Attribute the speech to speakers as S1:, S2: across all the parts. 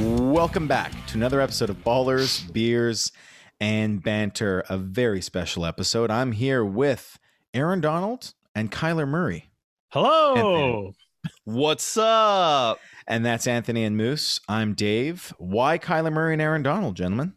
S1: Welcome back to another episode of Ballers, Beers, and Banter, a very special episode. I'm here with Aaron Donald and Kyler Murray.
S2: Hello.
S3: What's up?
S1: And that's Anthony and Moose. I'm Dave. Why Kyler Murray and Aaron Donald, gentlemen?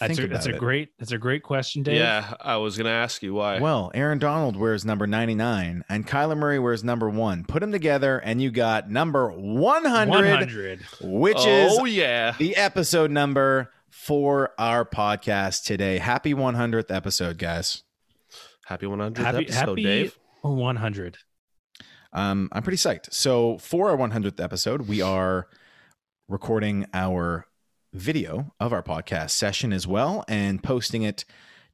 S2: That's
S1: Think
S2: a, that's
S1: about
S2: a
S1: it.
S2: great that's a great question, Dave.
S3: Yeah, I was gonna ask you why.
S1: Well, Aaron Donald wears number 99 and Kyler Murray wears number 1. Put them together and you got number 100,
S2: 100.
S1: which is
S3: oh yeah,
S1: the episode number for our podcast today. Happy 100th episode, guys.
S3: happy 100th
S2: Happy
S3: episode,
S2: happy Oh,
S3: Dave.
S2: 100.
S1: Um, I'm pretty psyched. So for our 100th episode, we are recording our video of our podcast session as well and posting it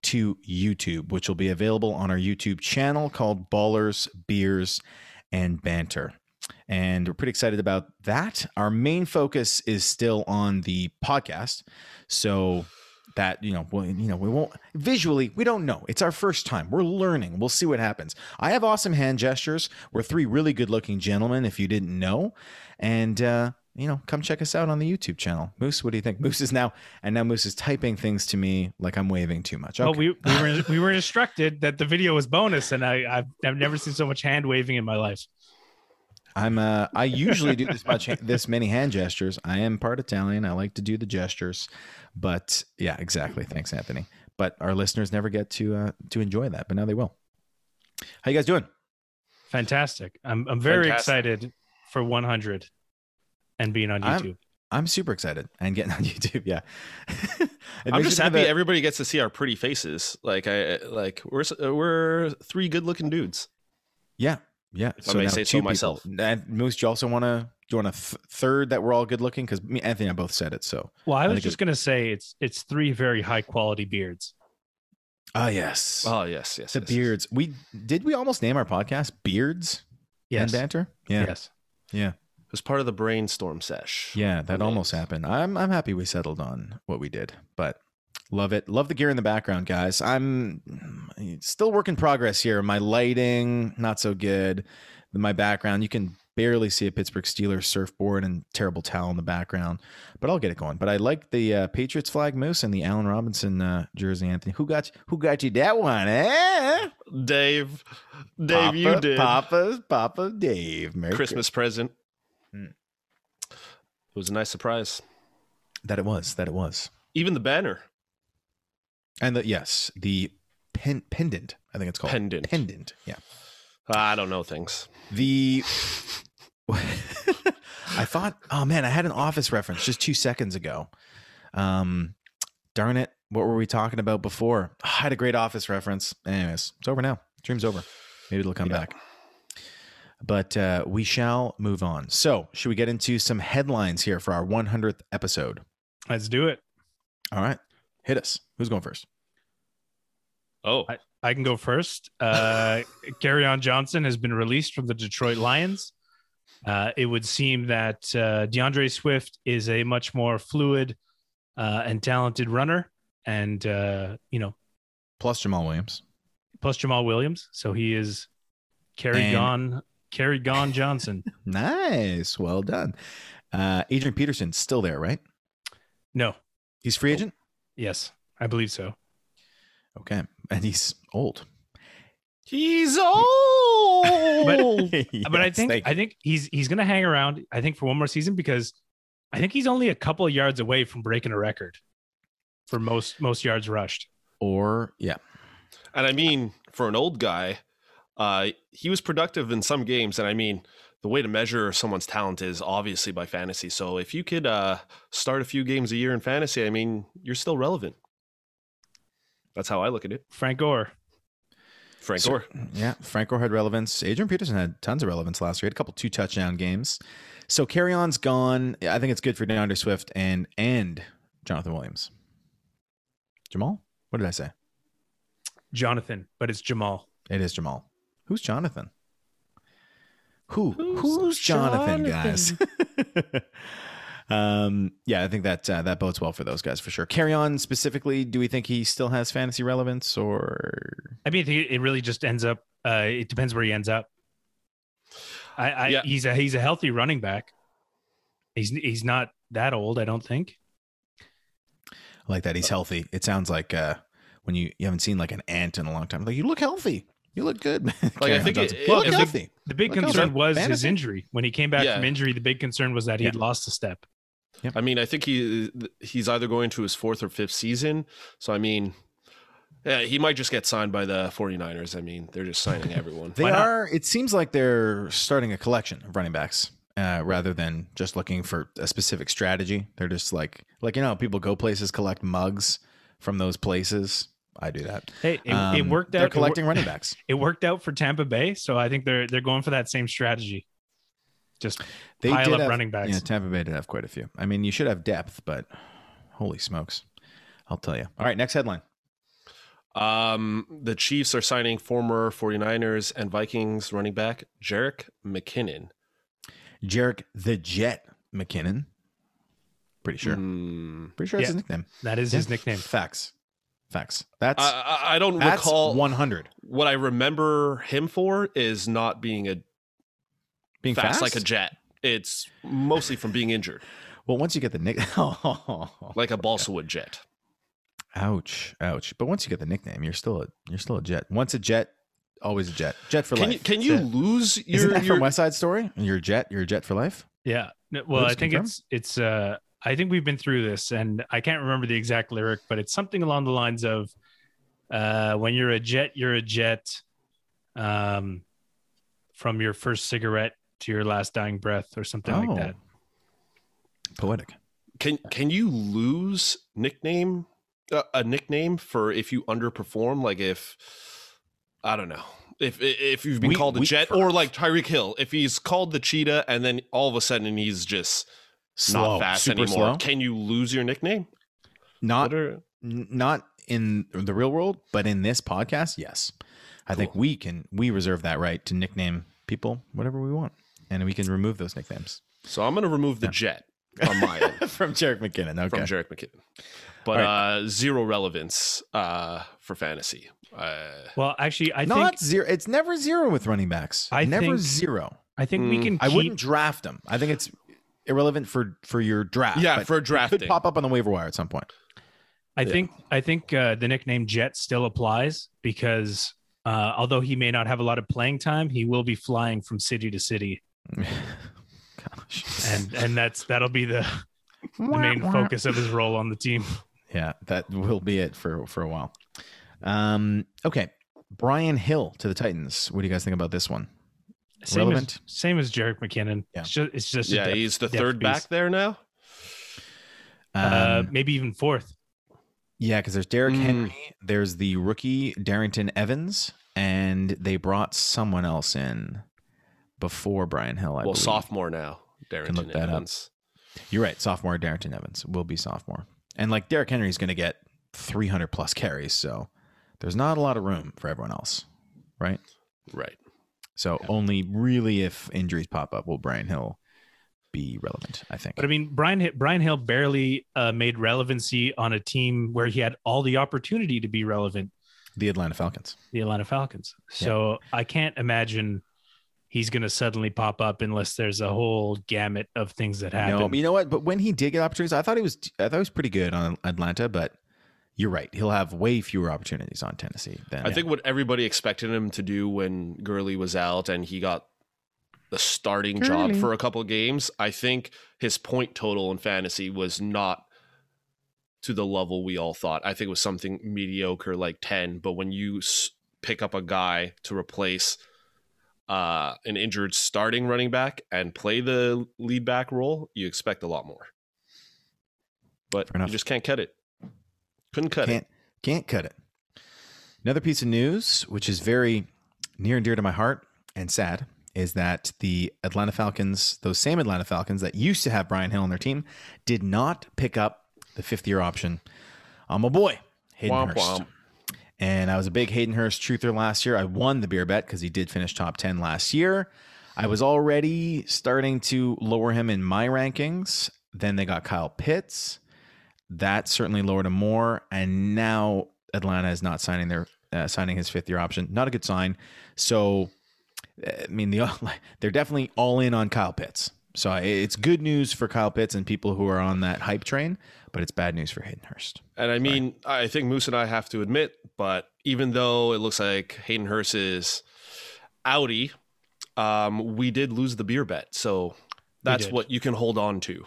S1: to YouTube, which will be available on our YouTube channel called Ballers, Beers, and Banter. And we're pretty excited about that. Our main focus is still on the podcast. So that you know, well, you know, we won't visually. We don't know. It's our first time. We're learning. We'll see what happens. I have awesome hand gestures. We're three really good-looking gentlemen. If you didn't know, and uh, you know, come check us out on the YouTube channel. Moose, what do you think? Moose is now, and now Moose is typing things to me like I'm waving too much.
S2: Oh,
S1: Okay.
S2: we, we were we were instructed that the video was bonus, and I I've, I've never seen so much hand waving in my life.
S1: I'm uh I usually do this much this many hand gestures. I am part Italian. I like to do the gestures. But yeah, exactly. Thanks, Anthony. But our listeners never get to uh to enjoy that, but now they will. How you guys doing?
S2: Fantastic. I'm I'm very
S3: Fantastic.
S2: excited for 100 and being on
S1: I'm-
S2: YouTube.
S1: I'm super excited and getting on YouTube. Yeah.
S3: I'm just happy
S1: every
S3: everybody gets to see our pretty faces. Like I like we're s- uh, we're three good-looking dudes.
S1: Yeah. Yeah.
S3: If I may
S1: now
S3: say so
S1: two people.
S3: myself.
S1: And Moose, do you also want to do you want a th- third that we're all good looking? Because me Anthony and I both said it. So
S2: well, I
S1: I
S2: was
S1: think
S2: just
S1: it-
S2: gonna say it's it's three very high quality beards.
S1: Ah yes.
S3: Oh yes, yes.
S1: the
S3: yes, yes.
S1: beards. We did we almost name our podcast Beards and
S2: Yes.
S1: Banter?
S2: Yes.
S3: It was part of the brainstorm sesh.
S1: Yeah, that
S3: Names.
S1: almost happened. I'm I'm happy we settled on what we did, but love it. Love the gear in the background, guys. I'm still work in progress here. My lighting not so good. My background, you can barely see a Pittsburgh Steelers surfboard and terrible towel in the background, but I'll get it going. But I like the uh, Patriots flag moose and the Allen Robinson uh, jersey. Anthony, who got who got you that one? Eh?
S3: Dave, Dave, you
S1: Papa-
S3: did
S1: Papa, Papa Dave. Merry
S3: Christmas present.
S1: Hmm.
S3: It was a nice surprise.
S1: Christ- That it was. That it was.
S3: Even the banner
S1: And the yes, the pen, pendant. I think it's called
S3: pendant.
S1: pendant. Yeah.
S3: I don't know things.
S1: The I thought, oh man, I had an office reference just two seconds ago. Um, darn it, what were we talking about before? I had a great office reference. Anyways, it's over now. Dream's over. Maybe it'll come
S3: Yeah.
S1: back. But uh, we shall move on. So, should we get into some headlines here for our 100th episode?
S2: Let's do it.
S1: All right, hit us. Who's going first?
S3: Oh,
S2: I can go first. Uh, Carry On Johnson has been released from the Detroit Lions. Uh, it would seem that uh, DeAndre Swift is a much more fluid uh, and talented runner, and uh, you know,
S1: Plus Jamal Williams.
S2: plus Jamal Williams. So he is carried
S1: And-
S2: gone, carried gone Johnson.
S1: Nice. Well done. Uh, Adrian Peterson's still there, right?
S2: no,
S1: He's
S2: Oh.
S1: free agent.
S2: yes, I believe so.
S1: Okay, and he's old.
S3: he's old.
S2: but I think I think he's he's going to hang around. I think for one more season because I think he's only a couple of yards away from breaking a record for most most yards rushed.
S1: or yeah,
S3: And I mean, for an old guy, uh, he was productive in some games. And I mean, the way to measure someone's talent is obviously by fantasy. So if you could uh, start a few games a year in fantasy, I mean, you're still relevant. That's how I look at it.
S2: Frank Gore.
S3: Frank
S1: So-
S3: Gore.
S1: yeah. Franco had relevance. Adrian Peterson had tons of relevance last year. He had a couple two touchdown games. So carry on's gone. I think it's good for DeAndre Swift and and Jonathan Williams. Jamal, what did I say?
S2: Jonathan, but it's Jamal.
S1: It is Jamal. Who's Jonathan? Who? Who's,
S3: Who's
S1: Jonathan,
S3: Jonathan?
S1: guys? um, yeah, I think that uh, that bodes well for those guys for sure. Carry on specifically. Do we think he still has fantasy relevance, or
S2: I mean, I think it really just ends up. Uh, it depends where he ends up. I, I
S3: Yeah.
S2: he's a he's a healthy running back. He's he's not that old, I don't think.
S1: I like that. He's
S3: Uh,
S1: healthy. It sounds like uh, when you, you haven't seen like an ant in a long time. Like you look healthy. You look good. man."
S3: Like, I
S1: Carry on,
S3: think it-
S1: Johnson.
S3: it-
S1: look
S3: if it-
S1: healthy.
S2: The big
S1: Look, I was
S2: concern
S1: at
S2: was his
S1: fantasy.
S2: injury. When he came back
S3: Yeah.
S2: from injury, the big concern was that he'd lost a step.
S3: I mean, I think he he's either going to his fourth or fifth season. So I mean, yeah, he might just get signed by the 49ers. I mean, they're just signing everyone.
S1: They
S2: Why not?
S1: are. It seems like they're starting a collection of running backs uh, rather than just looking for a specific strategy. They're just like, like you know, how people go places collect mugs from those places. I do that.
S2: Hey, it, it
S1: Um,
S2: worked out.
S1: They're
S2: it wor-
S1: collecting running backs.
S2: It worked out for Tampa Bay, so I think they're they're going for that same strategy. Just
S1: They
S2: pile
S1: did
S2: up
S1: have,
S2: running backs.
S1: Yeah, Tampa Bay did have quite a few. I mean, you should have depth, but holy smokes, I'll tell you. All right, next headline.
S3: Um, the Chiefs are signing former 49ers and Vikings running back Jarek McKinnon.
S1: Jarek the Jet McKinnon. Pretty sure.
S3: Hmm.
S1: Pretty sure that's his nickname.
S2: that is his nickname.
S1: Facts. Facts. That's
S3: I, I- I don't
S1: that's
S3: recall
S1: 100.
S3: what I remember him for is not being a
S1: Being
S3: fast,
S1: fast,
S3: like a jet. It's mostly from being injured,
S1: Well, once you get the nick, oh,
S3: like a balsa wood jet.
S1: ouch, ouch. But once you get the nickname, you're still a you're still a jet. Once a jet, always a jet. Jet for
S3: Can you
S1: life.
S3: can you
S1: That's it.
S3: lose
S1: Isn't
S3: your,
S1: that
S3: your
S1: from West Side Story? You're a jet. You're a jet for life.
S2: Yeah. No, Well, I
S1: Oops,
S2: think
S1: confirm.
S2: it's it's uh I think we've been through this and I can't remember the exact lyric, but it's something along the lines of uh when you're a jet, you're a jet um from your first cigarette to your last dying breath or something
S1: Oh.
S2: like that.
S1: Poetic.
S3: Can can you lose nickname uh, a nickname for if you underperform? Like if I don't know if if you've been
S1: Weak-
S3: called a
S1: weak
S3: jet
S1: for
S3: or
S1: us.
S3: like Tyreek Hill, if he's called the cheetah and then all of a sudden he's just
S1: Slow,
S3: not fast
S1: super
S3: anymore,
S1: slow.
S3: can you lose your nickname?
S1: Not
S3: What are-
S1: n- not in the real world, but in this podcast, yes. I think we can we reserve that right to nickname people whatever we want, and we can remove those nicknames
S3: so I'm gonna remove the jet on my end
S1: from Jarek McKinnon.
S3: from
S1: Okay,
S3: Jarek McKinnon, but uh, zero relevance uh, for fantasy. Uh,
S2: Well, actually I
S1: not
S2: think
S1: zero. It's never zero with running backs.
S2: I
S1: never
S2: think-
S1: zero.
S2: I think we
S3: Mm,
S2: can
S1: I
S2: keep-
S1: wouldn't draft him. I think it's irrelevant for for your draft.
S3: yeah,
S1: Ah, but
S3: for
S1: it could
S3: drafting.
S1: pop up on the waiver wire at some point.
S2: I
S3: Yeah.
S2: think I think uh, the nickname Jet still applies because uh, although he may not have a lot of playing time, he will be flying from city to city,
S1: Gosh.
S2: and and that's that'll be the, the main focus of his role on the team.
S1: Yeah, that will be it for for a while. Um, okay, Brian Hill to the Titans. What do you guys think about this one?
S2: Same
S1: Relevant.
S2: as same as Jarek McKinnon.
S1: Yeah.
S2: It's just it's just a
S3: yeah,
S2: depth-
S3: he's the
S2: depth
S3: third
S2: piece.
S3: back there now.
S2: uh,
S1: Um,
S2: maybe even fourth.
S1: yeah, because there's Derrick
S3: Mm.
S1: Henry, there's the rookie Darrington Evans, and they brought someone else in before Brian Hill. I
S3: well,
S1: believe.
S3: sophomore now. Darrington
S1: look that up.
S3: Evans.
S1: You're right. Sophomore Darrington Evans will be sophomore. And like Derrick Henry's going to get 300 plus carries. So there's not a lot of room for everyone else. Right.
S3: Right.
S1: So only really if injuries pop up will Brian Hill be relevant, I think.
S2: But I mean, Brian Hi- Brian Hill barely uh, made relevancy on a team where he had all the opportunity to be relevant.
S1: the Atlanta Falcons.
S2: the Atlanta Falcons. So I can't imagine he's going to suddenly pop up unless there's a whole gamut of things that happen.
S1: No, but you know what? But when he did get opportunities, I thought he was I thought he was pretty good on Atlanta, but you're right. He'll have way fewer opportunities on Tennessee than
S3: I think what everybody expected him to do when Gurley was out and he got the starting job
S1: Gurley.
S3: for a couple games, I think his point total in fantasy was not to the level we all thought. I think it was something mediocre like 10, but when you s- pick up a guy to replace uh, an injured starting running back and play the lead back role, you expect a lot more. But
S1: Fair enough.
S3: you just can't cut it. Couldn't cut it.
S1: can't can't cut it. Another piece of news, which is very near and dear to my heart and sad, is that the Atlanta Falcons, those same Atlanta Falcons that used to have Brian Hill on their team, did not pick up the fifth year option on my boy Hayden
S3: Womp
S1: Hurst.
S3: womp.
S1: And I was a big Hayden Hurst truther last year. I won the beer bet because he did finish top 10 last year. I was already starting to lower him in my rankings. Then they got Kyle Pitts. That certainly lowered him more. And now Atlanta is not signing their uh, signing his fifth year option. Not a good sign. So, uh, I mean, the, they're definitely all in on Kyle Pitts. So I- it's good news for Kyle Pitts and people who are on that hype train, but it's bad news for Hayden Hurst.
S3: And I mean, I think Moose and I have to admit, but even though it looks like Hayden Hurst is outie, um, we did lose the beer bet. So that's
S2: did.
S3: what you can hold on to.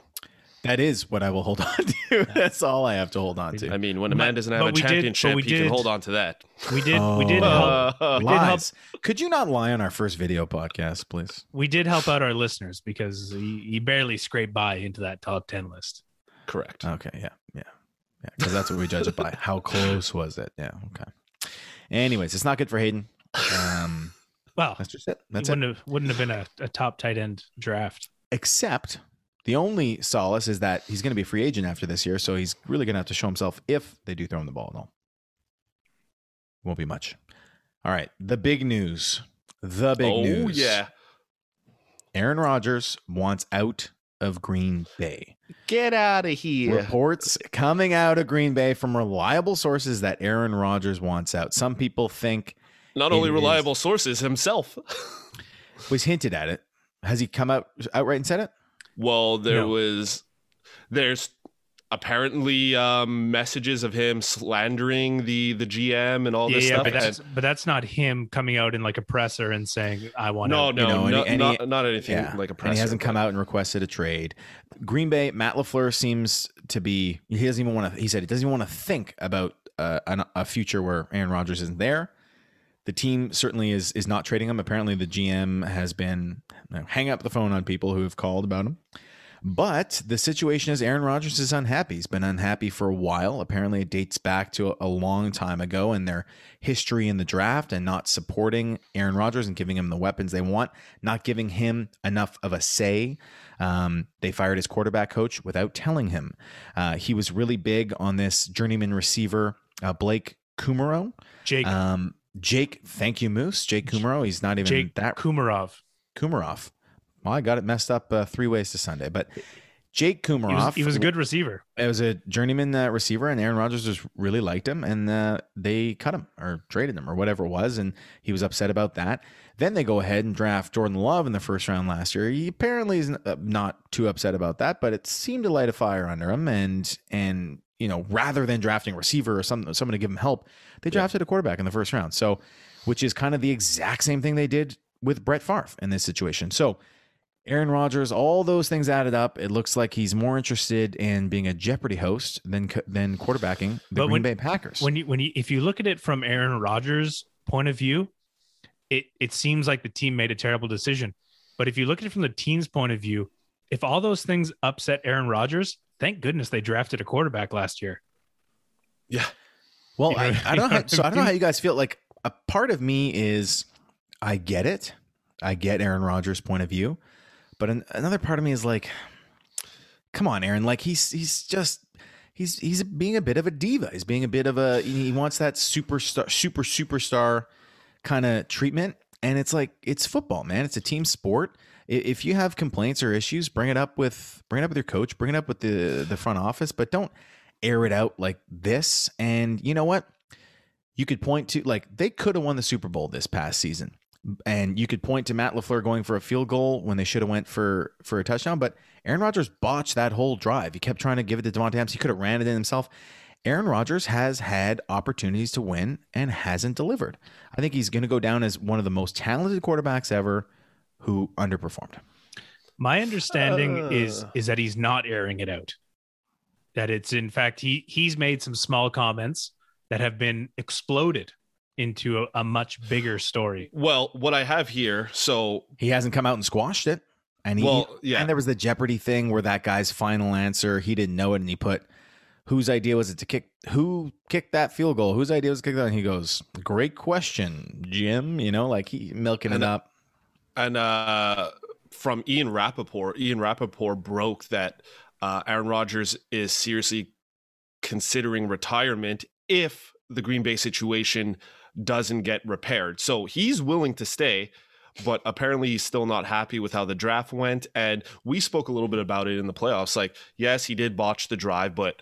S1: That is what I will hold on to. That's all I have to hold on to.
S3: I mean, when a
S2: But-
S3: man doesn't have
S2: but
S3: a
S2: we did- but
S3: championship,
S2: we
S3: he can
S2: did-
S3: hold on to that. Uh,
S2: We did. We did.
S1: Oh.
S2: Help, did help-
S1: Lies. Could you not lie on our first video podcast, please?
S2: we did help out our listeners because he, he barely scraped by into that top ten list.
S3: Correct.
S2: Uh,
S1: Okay, yeah, yeah, yeah. Because that's what we judge it by. How close was it? Yeah. Okay. Anyways, it's not good for Hayden. Um,
S2: Well,
S1: that's just it.
S2: it
S1: That's it.
S2: wouldn't have wouldn't have been a, a top tight end draft.
S1: Except the only solace is that he's going to be a free agent after this year, so he's really going to have to show himself if they do throw him the ball and all. Won't be much. All right, the big news. The big
S3: oh,
S1: news.
S3: yeah.
S1: Aaron Rodgers wants out of Green Bay.
S3: Get out of here.
S1: Reports coming out of Green Bay from reliable sources that Aaron Rodgers wants out. Some people think
S3: Not
S1: It
S3: only
S1: is-
S3: reliable sources himself.
S1: was hinted at it. Has he come out outright and said it?
S3: well, there
S2: No.
S3: was, there's apparently um, messages of him slandering the the GM and all
S2: yeah,
S3: this
S2: yeah,
S3: stuff.
S2: but
S3: and-
S2: that's but that's not him coming out in like a presser and saying I want.
S3: No,
S2: out."
S1: You
S3: no,
S1: know, and
S3: no
S1: he- and he-
S3: not, not anything like a presser.
S1: and he hasn't come
S3: but-
S1: out and requested a trade. Green Bay, Matt Lafleur seems to be. He doesn't even want to. He said he doesn't even want to think about uh, an, a future where Aaron Rodgers isn't there. The team certainly is is not trading him. Apparently, the GM has been you know, hang up the phone on people who have called about him. But the situation is Aaron Rodgers is unhappy. He's been unhappy for a while. Apparently, it dates back to a, a long time ago and their history in the draft and not supporting Aaron Rodgers and giving him the weapons they want, not giving him enough of a say. Um, they fired his quarterback coach without telling him. Uh, he was really big on this journeyman receiver, uh, Blake Kumaro.
S2: Jake
S1: Um, Jake, thank you, Moose. Jake Kumaro. He's not even
S2: Jake
S1: that
S2: Kumarov.
S1: Kumarov. Well, I got it messed up uh, three ways to Sunday, but Jake Kumarov.
S2: He was, he was a good receiver.
S1: It was a journeyman uh, receiver, and Aaron Rodgers just really liked him, and uh, they cut him or traded him or whatever it was, and he was upset about that. Then they go ahead and draft Jordan Love in the first round last year. He apparently is n- uh, not too upset about that, but it seemed to light a fire under him, and and you know rather than drafting a receiver or some someone to give him help, they drafted a quarterback in the first round. So, which is kind of the exact same thing they did with Brett Favre in this situation. So. Aaron Rodgers, all those things added up, it looks like he's more interested in being a Jeopardy host than co- than quarterbacking the
S2: But
S1: Green
S2: when-
S1: Bay Packers.
S2: When you when you if you look at it from Aaron Rodgers' point of view, it it seems like the team made a terrible decision. But if you look at it from the team's point of view, if all those things upset Aaron Rodgers, thank goodness they drafted a quarterback last year.
S3: Yeah.
S1: well,
S2: you know
S1: I,
S2: what
S1: I don't know
S2: I
S1: how, so I don't know
S2: mean?
S1: how you guys feel. Like a part of me is, I get it, I get Aaron Rodgers' point of view, but an, another part of me is like, come on, Aaron, like he's he's just. He's, he's being a bit of a diva. He's being a bit of a he wants that superstar super superstar kind of treatment. And it's like it's football, man. It's a team sport. I- If you have complaints or issues, bring it up with bring it up with your coach, bring it up with the the front office, but don't air it out like this. And you know what? You could point to like they could have won the Super Bowl this past season. And you could point to Matt LaFleur going for a field goal when they should have went for for a touchdown, but Aaron Rodgers botched that whole drive. He kept trying to give it to Devontae Adams. He could have ran it in himself. Aaron Rodgers has had opportunities to win and hasn't delivered. I think he's going to go down as one of the most talented quarterbacks ever who underperformed.
S2: My understanding is
S3: Uh.
S2: is that he's not airing it out. That it's in fact he he's made some small comments that have been exploded into a, a much bigger story.
S3: Well, what I have here, so
S1: He hasn't come out and squashed it. And he,
S3: well, yeah,
S1: and there was the Jeopardy thing where that guy's final answer, he didn't know it and he put whose idea was it to kick who kicked that field goal? Whose idea was to kick that? And he goes, "Great question, Jim." You know, like he milking
S3: And- uh,
S1: it up.
S3: and uh, from Ian Rappaport, Ian Rappaport broke that uh, Aaron Rodgers is seriously considering retirement if the Green Bay situation doesn't get repaired. So he's willing to stay, but apparently he's still not happy with how the draft went. And we spoke a little bit about it in the playoffs. Like, yes, he did botch the drive, but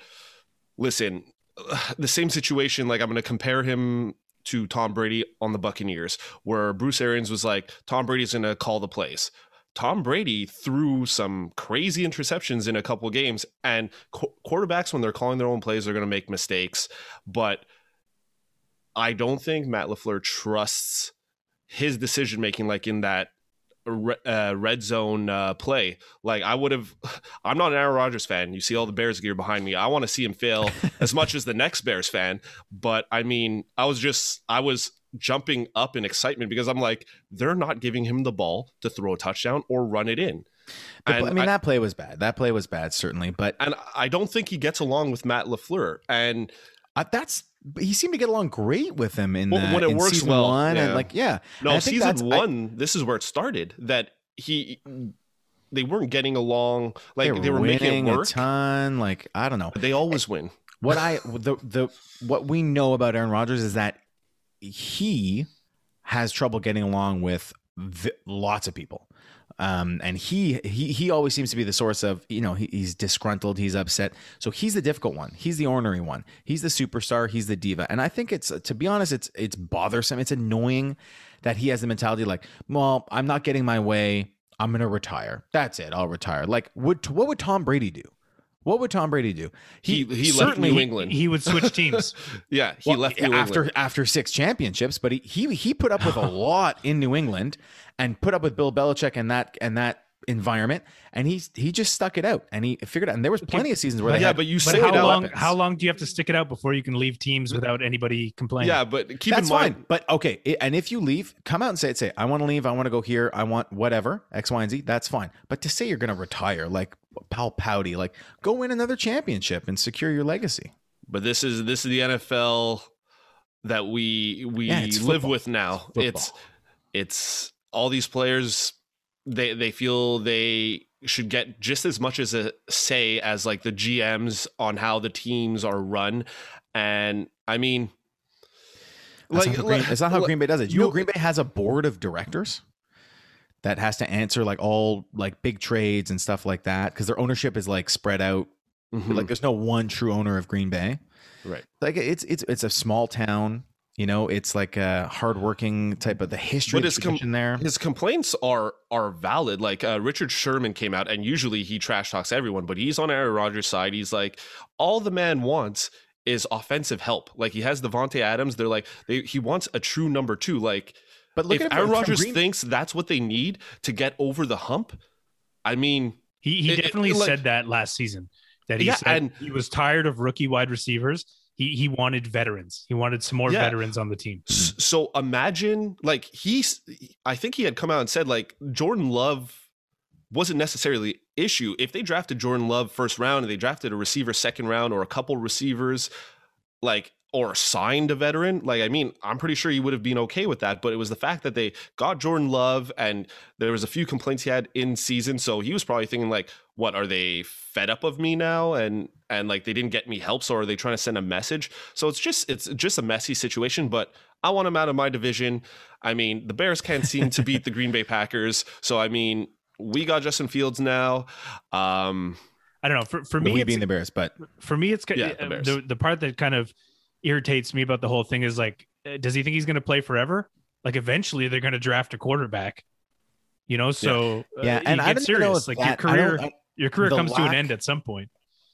S3: listen, the same situation, like I'm going to compare him to Tom Brady on the Buccaneers, where Bruce Arians was like, Tom Brady's going to call the plays. Tom Brady threw some crazy interceptions in a couple games, and qu- quarterbacks, when they're calling their own plays, are going to make mistakes. But I don't think Matt Lafleur trusts his decision making, like in that re- uh, red zone uh, play. Like I would have, I'm not an Aaron Rodgers fan. You see all the Bears gear behind me. I want to see him fail as much as the next Bears fan. But I mean, I was just, I was jumping up in excitement because I'm like, they're not giving him the ball to throw a touchdown or run it in.
S1: The- I mean, that play was bad. That play was bad, certainly. But
S3: and I don't think he gets along with Matt Lafleur. And
S1: uh, that's but he seemed to get along great with him in
S3: Well,
S1: that
S3: when it
S1: in
S3: works
S1: season
S3: well,
S1: one and
S3: yeah.
S1: like yeah And
S3: no,
S1: I think
S3: season
S1: that's- I-
S3: one, this is where it started. That he, they weren't getting along. Like they were, making
S1: winning
S3: it work.
S1: a ton like I don't know
S3: But they always win.
S1: what I the the what we know about Aaron Rodgers is that he has trouble getting along with v- lots of people. Um, and he he he always seems to be the source of you know he, he's disgruntled he's upset so he's the difficult one he's the ornery one he's the superstar he's the diva and I think it's to be honest it's it's bothersome it's annoying that he has the mentality like well I'm not getting my way I'm gonna retire that's it I'll retire like would what would Tom Brady do what would Tom Brady do
S3: He he, left
S2: Certainly,
S3: New
S2: he-
S3: England.
S2: He, would switch teams.
S3: yeah, he
S1: Well,
S3: left New
S1: after
S3: England.
S1: after six championships, but he, he he put up with a lot in New England and put up with Bill Belichick and that and that environment, and he he just stuck it out and he figured out. And there was plenty of seasons where they
S3: yeah,
S1: had,
S3: but you
S2: but
S3: say
S2: how
S3: it uh, out-
S2: long?
S1: weapons.
S2: How long do you have to stick it out before you can leave teams without anybody complaining?
S3: Yeah, but keep
S1: that's
S3: in mind.
S1: fine. But okay, i- and if you leave, come out and say it. Say I want to leave. I want to go here. I want whatever X, Y, and Z. That's fine. But to say you're going to retire, like pal pouty, like go win another championship and secure your legacy.
S3: But this is this is the NFL that we we
S1: Yeah, it's
S3: live
S1: football.
S3: with now.
S1: Football.
S3: It's it's all these players they they feel they should get just as much as a say as like the GMs on how the teams are run and I mean
S1: That's
S3: like-
S1: not how Green,
S3: like-
S1: that's not how
S3: like-
S1: Green Bay does it. You know,
S3: no-
S1: Green Bay has a board of directors that has to answer like all like big trades and stuff like that because their ownership is like spread out.
S3: Mhm.
S1: Like, there's no one true owner of Green Bay.
S3: Right.
S1: Like, it's it's it's a small town. You know, it's like a hardworking type of the history
S3: But
S1: of
S3: it's com-
S1: tradition there.
S3: his complaints are are valid. Like uh, Richard Sherman came out, and usually he trash talks everyone, but he's on Aaron Rodgers' side. He's like, all the man wants is offensive help. Like he has Devonte Adams. They're like, they, he wants a true number two. Like
S1: But look
S3: if
S1: at it
S3: Aaron
S1: from
S3: Rodgers
S1: Green-
S3: thinks that's what they need to get over the hump, I mean,
S2: He he
S3: It- it-
S2: definitely
S3: like-
S2: said that last season. That he
S3: Yeah,
S2: said
S3: and-
S2: he was tired of rookie wide receivers. He he wanted veterans. He wanted some more
S3: Yeah.
S2: veterans on the team.
S3: S- So imagine, like he's, I think he had come out and said like Jordan Love wasn't necessarily issue. If they drafted Jordan Love first round and they drafted a receiver second round or a couple receivers, like or signed a veteran, like I mean, I'm pretty sure he would have been okay with that. But it was the fact that they got Jordan Love and there was a few complaints he had in season, so he was probably thinking like, what are they fed up of me now? And and like they didn't get me help, so are they trying to send a message? So it's just it's just a messy situation, but I want him out of my division. I mean, the Bears can't seem to beat the Green Bay Packers. So I mean, we got Justin Fields now. Um
S2: I don't know. For for
S1: the
S2: me,
S1: we
S2: it's-
S1: being the Bears, but
S2: for me, it's ki-
S3: Yeah, the
S2: uh,
S3: Bears.
S2: the, the part that kind of irritates me about the whole thing is like, uh, does he think he's going to play forever? Like, eventually, they're going to draft a quarterback. You know, so uh,
S1: yeah,
S2: you
S1: and I
S2: get
S1: don't
S2: serious.
S1: know if
S2: like
S1: that-
S2: your
S1: I don't-
S2: career, your career
S1: the
S2: comes to
S1: lack-
S2: an end at some point.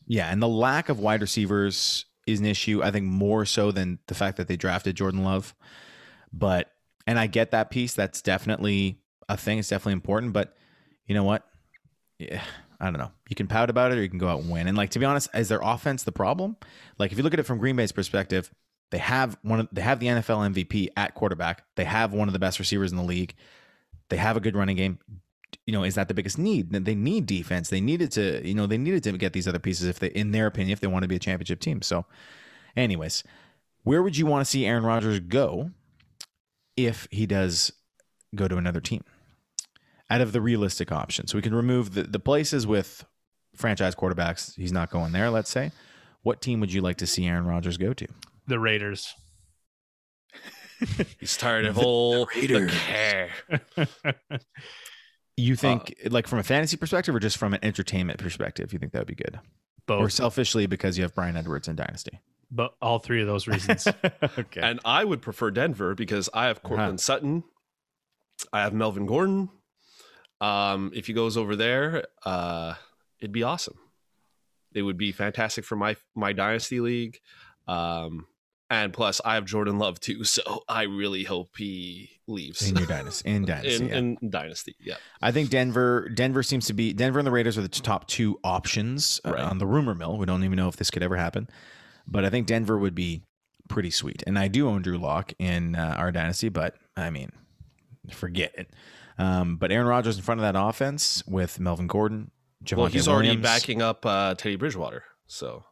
S1: Yeah, and the lack of wide receivers is an issue, I think, more so than the fact that they drafted Jordan Love. But and I get that piece. That's definitely a thing. It's definitely important. But you know what? Yeah, I don't know. You can pout about it or you can go out and win. And like to be honest, is their offense the problem? Like if you look at it from Green Bay's perspective, they have one of they have the NFL MVP at quarterback. They have one of the best receivers in the league. They have a good running game you know, is that the biggest need? They need defense. They needed to, you know, they needed to get these other pieces if they, in their opinion, if they want to be a championship team. So, anyways, where would you want to see Aaron Rodgers go if he does go to another team? Out of the realistic options, we can remove the, the places with franchise quarterbacks. He's not going there. Let's say, what team would you like to see Aaron Rodgers go to?
S2: The Raiders.
S3: he's tired of all the care.
S1: You think, like from a fantasy perspective, or just from an entertainment perspective, you think that would be good, or
S2: Both,
S1: selfishly because you have Brian Edwards in Dynasty?
S2: but all three of those reasons.
S1: okay.
S3: And I would prefer Denver because I have Cortland Sutton. I have Melvin Gordon. Um, if he goes over there, uh, it'd be awesome. It would be fantastic for my my dynasty league. Um, and plus, I have Jordan Love too, so I really hope he leaves
S1: in your dynasty. In dynasty,
S3: in,
S1: yeah.
S3: in dynasty. Yeah,
S1: I think Denver. Denver seems to be Denver and the Raiders are the top two options uh,
S3: Right.
S1: on the rumor mill. We don't even know if this could ever happen, but I think Denver would be pretty sweet. And I do own Drew Lock in uh, our dynasty, but I mean, forget it. Um, but Aaron Rodgers in front of that offense with Melvin Gordon. Javante
S3: well, he's already
S1: Williams.
S3: backing up uh, Teddy Bridgewater, so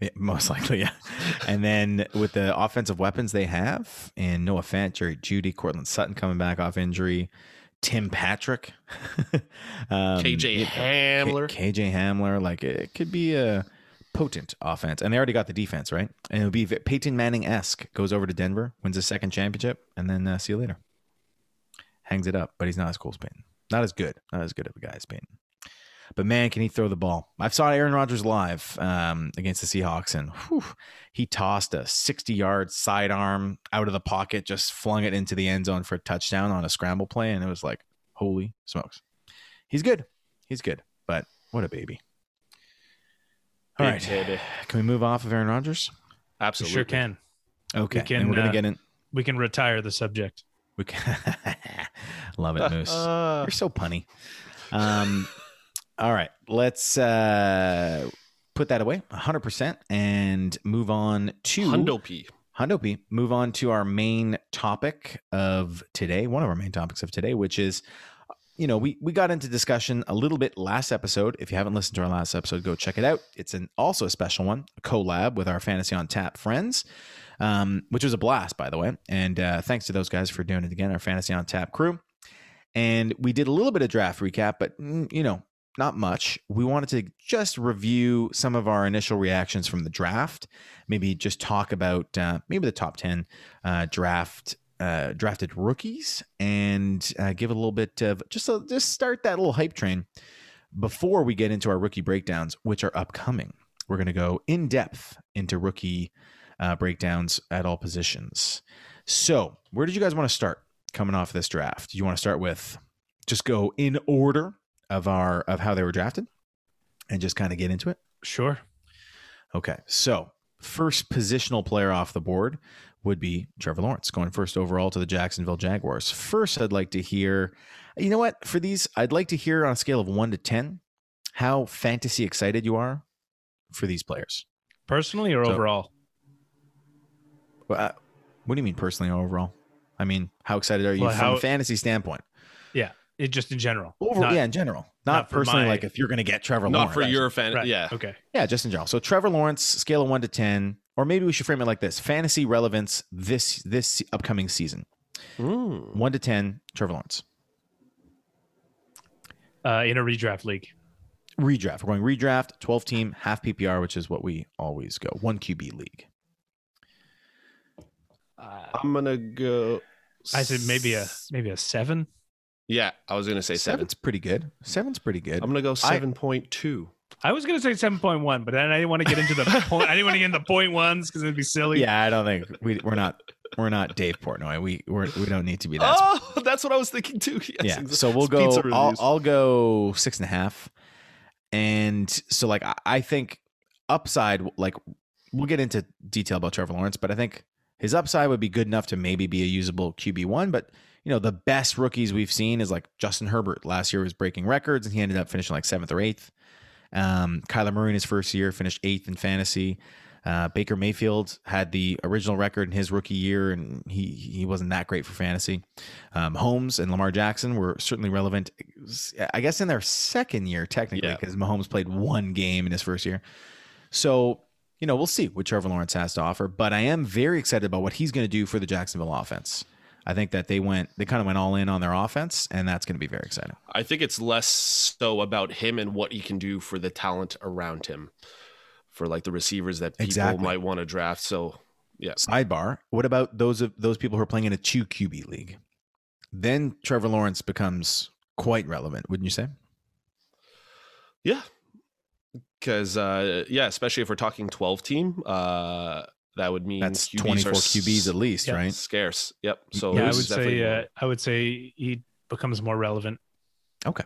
S1: Yeah, most likely, yeah. and then with the offensive weapons they have, and Noah Fant, Jerry Judy, Cortland Sutton coming back off injury, Tim Patrick, um,
S3: KJ
S1: yeah, K-
S3: Hamler.
S1: KJ Hamler, like it could be a potent offense, and they already got the defense right, and it'll be Peyton Manning esque. Goes over to Denver, wins his second championship, and then uh, see you later. Hangs it up, but he's not as cool as Peyton. Not as good. Not as good of a guy as Peyton. But man, can he throw the ball? I've saw Aaron Rodgers live um, against the Seahawks, and whew, he tossed a 60 yard sidearm out of the pocket, just flung it into the end zone for a touchdown on a scramble play. And it was like, holy smokes. He's good. He's good. But what a baby. All
S3: Big
S1: right.
S3: baby.
S1: Can we move off of Aaron Rodgers?
S2: We
S3: absolutely
S2: sure can.
S1: Okay.
S2: can,
S1: and we're going to
S2: uh,
S1: get in.
S2: We can retire the subject.
S1: We can- Love it, Moose.
S3: Uh,
S1: You're so punny. Um, all right, let's uh, put that away 100% and move on to
S3: Hundo P.
S1: Hundo P. Move on to our main topic of today, one of our main topics of today, which is, uh, you know, we we got into discussion a little bit last episode. If you haven't listened to our last episode, go check it out. It's an also a special one, a collab with our Fantasy on Tap friends, um, which was a blast, by the way. And uh, thanks to those guys for doing it again, our Fantasy on Tap crew. And we did a little bit of draft recap, but mm, you know, not much. We wanted to just review some of our initial reactions from the draft maybe just talk about uh, maybe the top 10 uh, draft uh, drafted rookies and uh, give a little bit of just a, just start that little hype train before we get into our rookie breakdowns which are upcoming we're going to go in depth into rookie uh, breakdowns at all positions so where did you guys want to start coming off this draft do you want to start with just go in order of our of how they were drafted and just kind of get into it
S2: Sure.
S1: Okay. So, first positional player off the board would be Trevor Lawrence going first overall to the Jacksonville Jaguars. First, I'd like to hear, you know what, for these, I'd like to hear on a scale of one to 10 how fantasy excited you are for these players.
S2: Personally or
S1: So-
S2: overall?
S1: Well, uh, What do you mean personally or overall? I mean, how excited are you
S2: Well,
S1: from
S2: how-
S1: a fantasy standpoint?
S2: It just in general.
S1: Over,
S2: Not-
S1: yeah, in general. Not,
S2: not for
S1: personally,
S2: my-
S1: like if you're going to get Trevor
S3: Not
S1: Lawrence.
S3: for your fan.
S2: Right.
S3: Uh, Yeah.
S2: Okay.
S1: Yeah, just in general. So Trevor Lawrence, scale of one to ten, or maybe we should frame it like this: fantasy relevance this this upcoming season.
S3: Mm.
S1: One to ten, Trevor Lawrence.
S2: Uh, in a redraft league.
S1: Redraft. We're going redraft, twelve team, half PPR, which is what we always go. One QB league.
S2: Uh,
S3: I'm gonna go.
S2: I said maybe a
S3: s-
S2: maybe a seven.
S3: Yeah, I was gonna say 7
S1: Seven's pretty good. Seven's pretty good.
S3: I'm gonna go seven point two.
S2: I was gonna say seven point one, but then I didn't want to get into the point. I didn't want to get into point ones because it'd be silly.
S1: yeah, I don't think we, we're not we're not Dave Portnoy. We we're, we don't need to be that.
S3: Oh, that's what I was thinking too. Yes,
S1: yeah.
S3: exa-
S1: So we'll
S3: it's
S1: go.
S3: pizza
S1: I'll,
S3: reviews.
S1: I'll go six and a half. And so, like, I, I think upside, like, we'll get into detail about Trevor Lawrence, but I think his upside would be good enough to maybe be a usable QB one. But you know, the best rookies we've seen is like Justin Herbert. Last year was breaking records, and he ended up finishing like seventh or eighth. Um, Kyler Murray in his first year finished eighth in fantasy. Uh, Baker Mayfield had the original record in his rookie year, and he he wasn't that great for fantasy. Um, Holmes and Lamar Jackson were certainly relevant, I guess, in their second year technically,
S3: Yeah.
S1: because Mahomes played one game in his first year. So you know we'll see what Trevor Lawrence has to offer, but I am very excited about what he's going to do for the Jacksonville offense. I think that they went they kind of went all in on their offense, and that's going to be very exciting.
S3: I think it's less so about him and what he can do for the talent around him, for like the receivers that people
S1: Exactly.
S3: might want to draft. So
S1: Sidebar: What about those of those people who are playing in a two QB league? Then Trevor Lawrence becomes quite relevant, wouldn't you say?
S3: yeah, because uh, yeah, especially if we're talking twelve team, uh, that would mean
S1: That's
S3: QBs are
S1: twenty four QBs at least,
S2: yeah.
S1: right?
S3: scarce. Yep. So
S1: Yeah,
S2: yeah, I
S3: this
S1: uh,
S2: would
S3: is definitely
S2: say
S3: one.
S2: uh, I would say he becomes more relevant.
S1: Okay,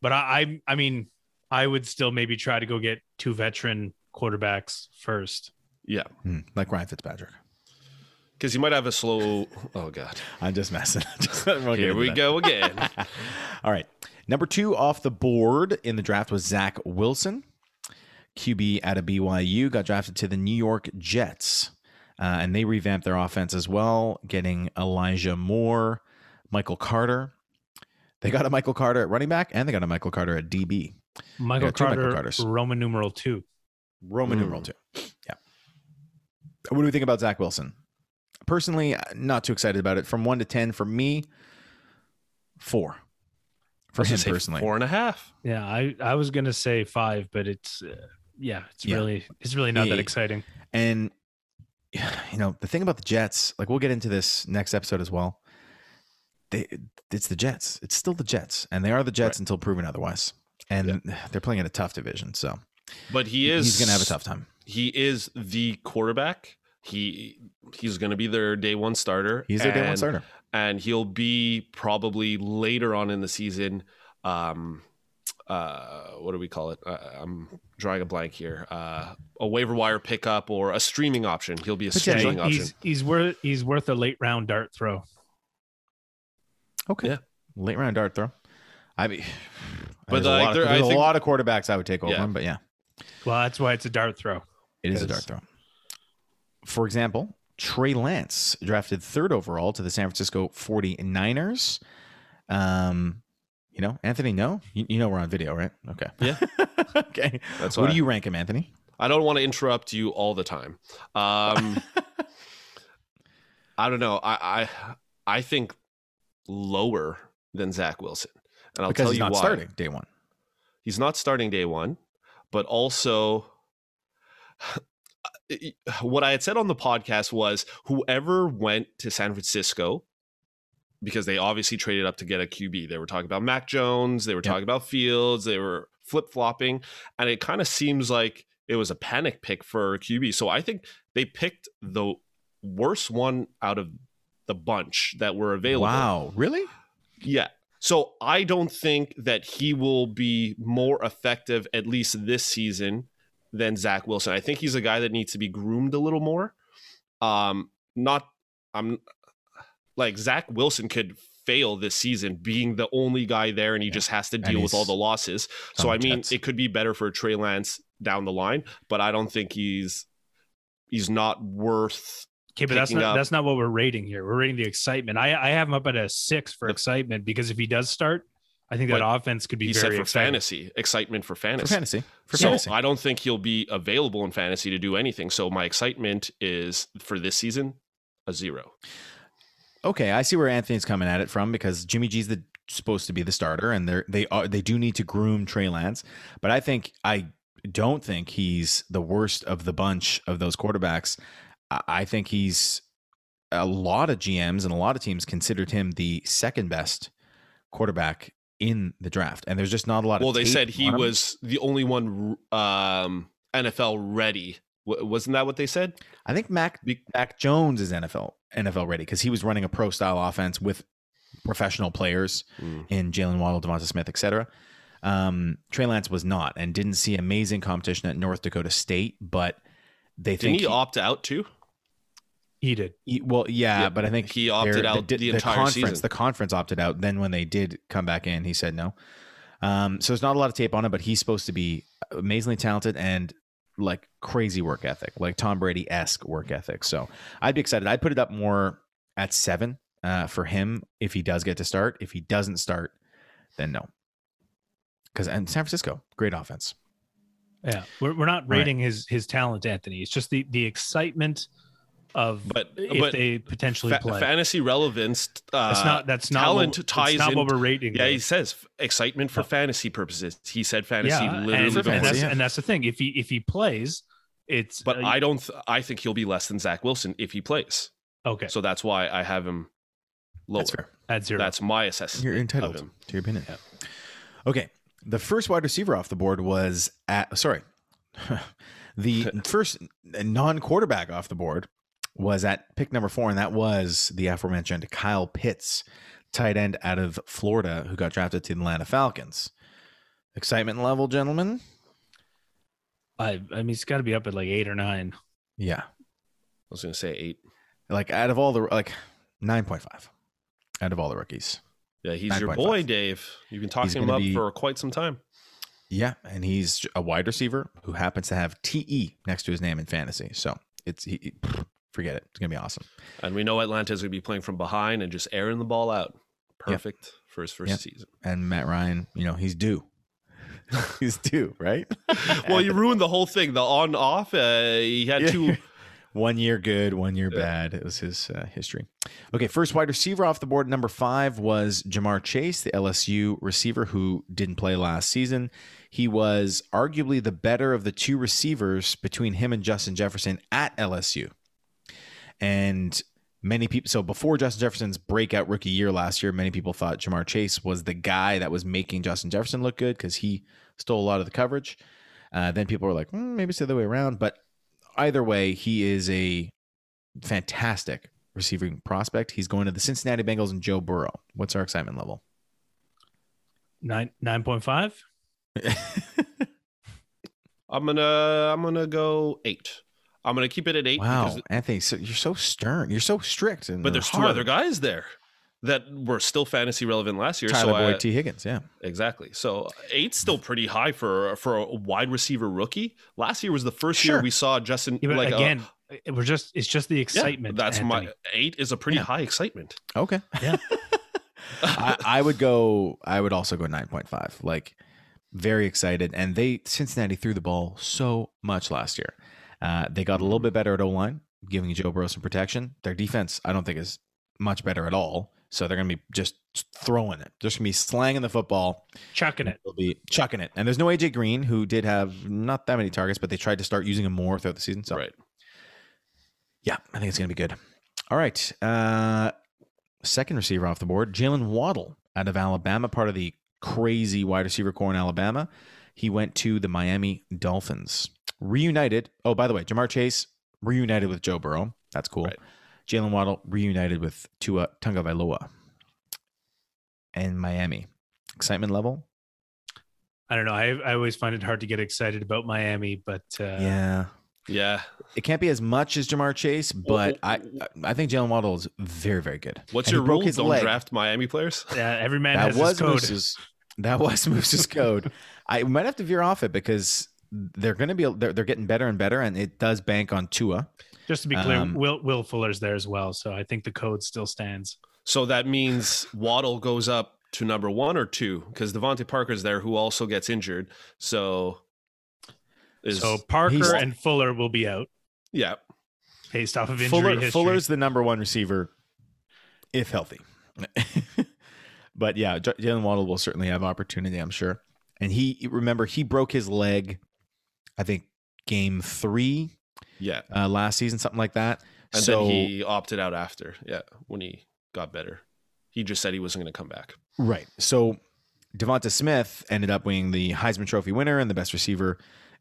S2: But I, I, I mean, I would still maybe try to go get two veteran quarterbacks first.
S3: Yeah,
S1: Hmm, like Ryan Fitzpatrick.
S3: because you might have a slow. Oh God,
S1: I'm just messing. Just- we'll get
S3: here
S1: into
S3: we
S1: that.
S3: go again.
S1: All right. Number two off the board in the draft was Zach Wilson, QB out of BYU, got drafted to the New York Jets. Uh, and they revamped their offense as well, getting Elijah Moore, Michael Carter. They got a Michael Carter at running back, and they got a Michael Carter at DB.
S2: Michael
S1: Yeah, two Michael
S2: Carter,
S1: Carters.
S2: Roman numeral two.
S1: Roman
S3: Mm.
S1: numeral two. Yeah. What do we think about Zach Wilson? Personally, uh, not too excited about it. From one to ten, for me, four. For
S3: Let's
S1: him
S3: just say
S1: personally,
S3: four and a half.
S2: Yeah, I, I was gonna say five, but it's, uh, yeah, it's
S1: Yeah.
S2: really, it's really not that
S1: Yeah.
S2: exciting.
S1: And you know, the thing about the Jets, like we'll get into this next episode as well. They it's the Jets. It's still the Jets. And they are the Jets until proven otherwise. And they're playing in a tough division, so
S3: But he is.
S1: he's gonna have a tough time.
S3: He is the quarterback. He he's going to be their day one starter.
S1: He's their day one
S3: and-
S1: starter.
S3: and he'll be probably later on in the season. Um, uh, what do we call it? Uh, I'm drawing a blank here. Uh, a waiver wire pickup or a streaming option. He'll be a
S1: Potentially.
S3: streaming
S2: Yeah,
S3: option.
S2: he's he's worth he's worth a late round dart throw.
S1: Okay.
S3: Yeah.
S1: Late round dart throw. I mean
S3: But
S1: there's a,
S3: like,
S1: lot of,
S3: there- I
S1: there's a
S3: think-
S1: lot of quarterbacks I would take over
S3: Yeah.
S1: him, but yeah,
S2: Well, that's why it's a dart throw.
S1: it is a dart
S2: Because-
S1: throw. For example, Trey Lance drafted third overall to the San Francisco 49ers. Um, you know, Anthony, no, you, you know we're on video, right? Okay.
S3: Yeah.
S1: okay.
S3: That's
S1: what
S3: why
S1: do you rank him, Anthony?
S3: I don't want to interrupt you all the time. Um, I don't know. I, I I think lower than Zach Wilson, and I'll
S1: because
S3: tell
S1: he's
S3: you
S1: not
S3: why.
S1: starting day one.
S3: he's not starting day one, but also what I had said on the podcast was whoever went to San Francisco, because they obviously traded up to get a QB, they were talking about Mac Jones, they were
S1: Yeah.
S3: talking about Fields, they were flip flopping, and it kind of seems like it was a panic pick for QB. So I think they picked the worst one out of the bunch that were available.
S1: Wow. Really?
S3: Yeah. So I don't think that he will be more effective, at least this season, than Zach Wilson. I think he's a guy that needs to be groomed a little more. Um, not I'm like Zach Wilson could fail this season being the only guy there and he
S1: Yeah.
S3: just has to
S1: And
S3: deal with all
S1: he's
S3: the losses. So
S1: on
S3: I mean
S1: Jets.
S3: it could be better for Trey Lance down the line, but I don't think he's he's not worth
S2: Okay, but that's
S3: Picking
S2: not
S3: up-
S2: that's not what we're rating here. We're rating the excitement. I I have him up at a six for
S3: The-
S2: excitement because if he does start, I think that
S3: But
S2: offense could be
S3: he said
S2: very
S3: for
S2: exciting.
S3: fantasy, excitement for
S1: For
S3: fantasy.
S1: fantasy. For
S3: so
S1: fantasy.
S3: I don't think he'll be available in fantasy to do anything. So my excitement is for this season a zero.
S1: Okay, I see where Anthony's coming at it from because Jimmy G's the supposed to be the starter, and they're they are they do need to groom Trey Lance, but I think I don't think he's the worst of the bunch of those quarterbacks. I, I think he's a lot of GMs and a lot of teams considered him the second best quarterback in the draft, and there's just not a lot.
S3: Well,
S1: of
S3: they
S1: tape
S3: said he
S1: on him.
S3: was the only one um, NFL ready. W- wasn't that what they said?
S1: I think Mac
S3: Be-
S1: Mac Jones is NFL NFL ready because he was running a pro style offense with professional players.
S2: Hmm.
S1: in Jalen Waddle, Devonta Smith, etc. Um, Trey Lance was not and didn't see amazing competition at North Dakota State, but they
S3: Didn't
S1: think
S3: he opt out too?
S2: He did.
S1: he- well, yeah,
S3: Yeah,
S1: but I think
S3: He
S1: their-
S3: opted out the,
S1: di-
S3: entire
S1: conference,
S3: season.
S1: The conference opted out. Then when they did come back in, he said no. Um, so there's not a lot of tape on him, but he's supposed to be amazingly talented and like crazy work ethic, like Tom Brady esque work ethic. So I'd be excited. I'd put it up more at seven uh, for him if he does get to start. If he doesn't start, then no. Because and San Francisco, great offense.
S2: Yeah. We're, we're not
S1: Right.
S2: rating his his talent, Anthony. It's just the the excitement of
S3: But-
S2: if
S3: but
S2: they potentially
S3: Fa-
S2: play.
S3: fantasy relevance. Uh,
S2: that's not that's not
S3: talent
S2: what,
S3: ties
S2: that's not what
S3: in-
S2: we're rating.
S3: yeah,
S2: though.
S3: he says f- excitement for
S2: No.
S3: fantasy purposes. He said fantasy
S2: yeah. And,
S3: literally
S2: and,
S3: before.
S1: fantasy,
S2: that's,
S1: yeah.
S2: and that's the thing. If he if he plays, it's
S3: But
S2: uh,
S3: I don't. Th- I think he'll be less than Zach Wilson if he plays.
S2: okay
S3: So that's why I have him lower.
S1: That's fair.
S2: at zero.
S3: That's my assessment.
S1: You're entitled
S3: him.
S1: to your opinion.
S2: Yeah.
S1: Okay. The first wide receiver off the board was at sorry. the first non-quarterback off the board was at pick number 4 and that was the aforementioned Kyle Pitts, tight end out of Florida who got drafted to the Atlanta Falcons. Excitement level, gentlemen.
S2: I, I mean, it's got to be up at like eight or nine.
S1: Yeah.
S3: was going to say eight.
S1: Like out of all the like 9.5 out of all the rookies.
S3: Yeah, he's your
S1: 9.5.
S3: boy, Dave. You've been talking
S1: He's
S3: him
S1: gonna
S3: up
S1: be-
S3: for quite some time.
S1: Yeah, and he's a wide receiver who happens to have TE next to his name in fantasy. So, it's he, he- forget it. It's going to be awesome.
S3: And we know Atlanta's going to be playing from behind and just airing the ball out. Perfect for his first
S1: Yep.
S3: season.
S1: And Matt Ryan, you know, he's due. he's due, right?
S3: well, you ruined the whole thing. The on off, uh, he had
S1: Yeah.
S3: two.
S1: One year good, one year
S3: Yeah.
S1: bad. It was his uh, history. Okay, first wide receiver off the board, number five, was Jamar Chase, the LSU receiver who didn't play last season. He was arguably the better of the two receivers between him and Justin Jefferson at LSU. And many people, so before Justin Jefferson's breakout rookie year last year, many people thought Jamar Chase was the guy that was making Justin Jefferson look good because he stole a lot of the coverage. Uh, then people were like, "Hmm, maybe it's the other way around. But either way, he is a fantastic receiving prospect. He's going to the Cincinnati Bengals and Joe Burrow. What's our excitement level?
S2: Nine, 9.5?
S3: I'm gonna I'm gonna go eight. I'm gonna keep it at eight.
S1: wow,
S3: because-
S1: Anthony, so you're so stern. You're so strict. And
S3: but there's two
S1: hard.
S3: other guys there that were still fantasy relevant last year.
S1: Tyler
S3: so
S1: Boyd,
S3: I,
S1: T. Higgins. Yeah,
S3: exactly. So eight's
S1: Mm.
S3: still pretty high for for a wide receiver rookie. Last year was the first
S1: Sure.
S3: year we saw Justin.
S2: Yeah, but
S3: like uh,
S2: again, it- we're just it's just the
S3: yeah,
S2: excitement.
S3: that's my
S2: Anthony.
S3: eight is a pretty
S1: Yeah.
S3: high excitement.
S1: Okay.
S2: Yeah.
S1: I, I would go. I would also go nine point five. Like very excited, and they Cincinnati threw the ball so much last year. Uh, they got a little bit better at O line, giving Joe Burrow some protection. Their defense, I don't think, is much better at all. So they're going to be just throwing it. They're just going to be slanging the football.
S2: chucking it.
S1: They'll be chucking it. And there's no AJ Green, who did have not that many targets, but they tried to start using him more throughout the season. So
S3: Right.
S1: yeah, I think it's going to be good. All right. Uh, second receiver off the board, Jalen Waddle out of Alabama, part of the crazy wide receiver core in Alabama. He went to the Miami Dolphins. Reunited. Oh, by the way, Jamar Chase reunited with Joe Burrow. That's cool.
S3: Right.
S1: Jalen Waddle reunited with Tua Tungavailoa and Miami. Excitement level?
S2: I don't know. I, I always find it hard to get excited about Miami, but uh,
S1: yeah.
S3: Yeah.
S1: It can't be as much as Jamar Chase, but I
S3: wh-
S1: I think Jalen Waddle is very very good.
S3: What's
S1: And he
S3: your
S1: broke
S3: rule?
S1: his
S3: Don't
S1: leg.
S3: draft Miami players.
S2: uh, every man
S1: that
S2: has
S1: was
S2: his code.
S1: Moose's. That was Moose's code. I might have to veer off it because they're going to be they're, they're getting better and better, and it does bank on Tua.
S2: Just to be clear,
S1: Um,
S2: Will Will Fuller's there as well, so I think the code still stands.
S3: So that means Waddle goes up to number one or two because Devontae Parker's there, who also gets injured. So, is,
S2: so Parker
S1: he's-
S2: and Fuller will be out
S3: yeah,
S2: based off of injury
S1: Fuller,
S2: history.
S1: Fuller's the number one receiver, if healthy. but yeah, J- Jalen Waddle will certainly have opportunity, I'm sure. And he remember he broke his leg, I think game three
S3: yeah.
S1: uh, last season, something like that.
S3: And
S1: so
S3: then he opted out after, yeah, when he got better. He just said he wasn't going to come back.
S1: Right. So Devonta Smith ended up being the Heisman Trophy winner and the best receiver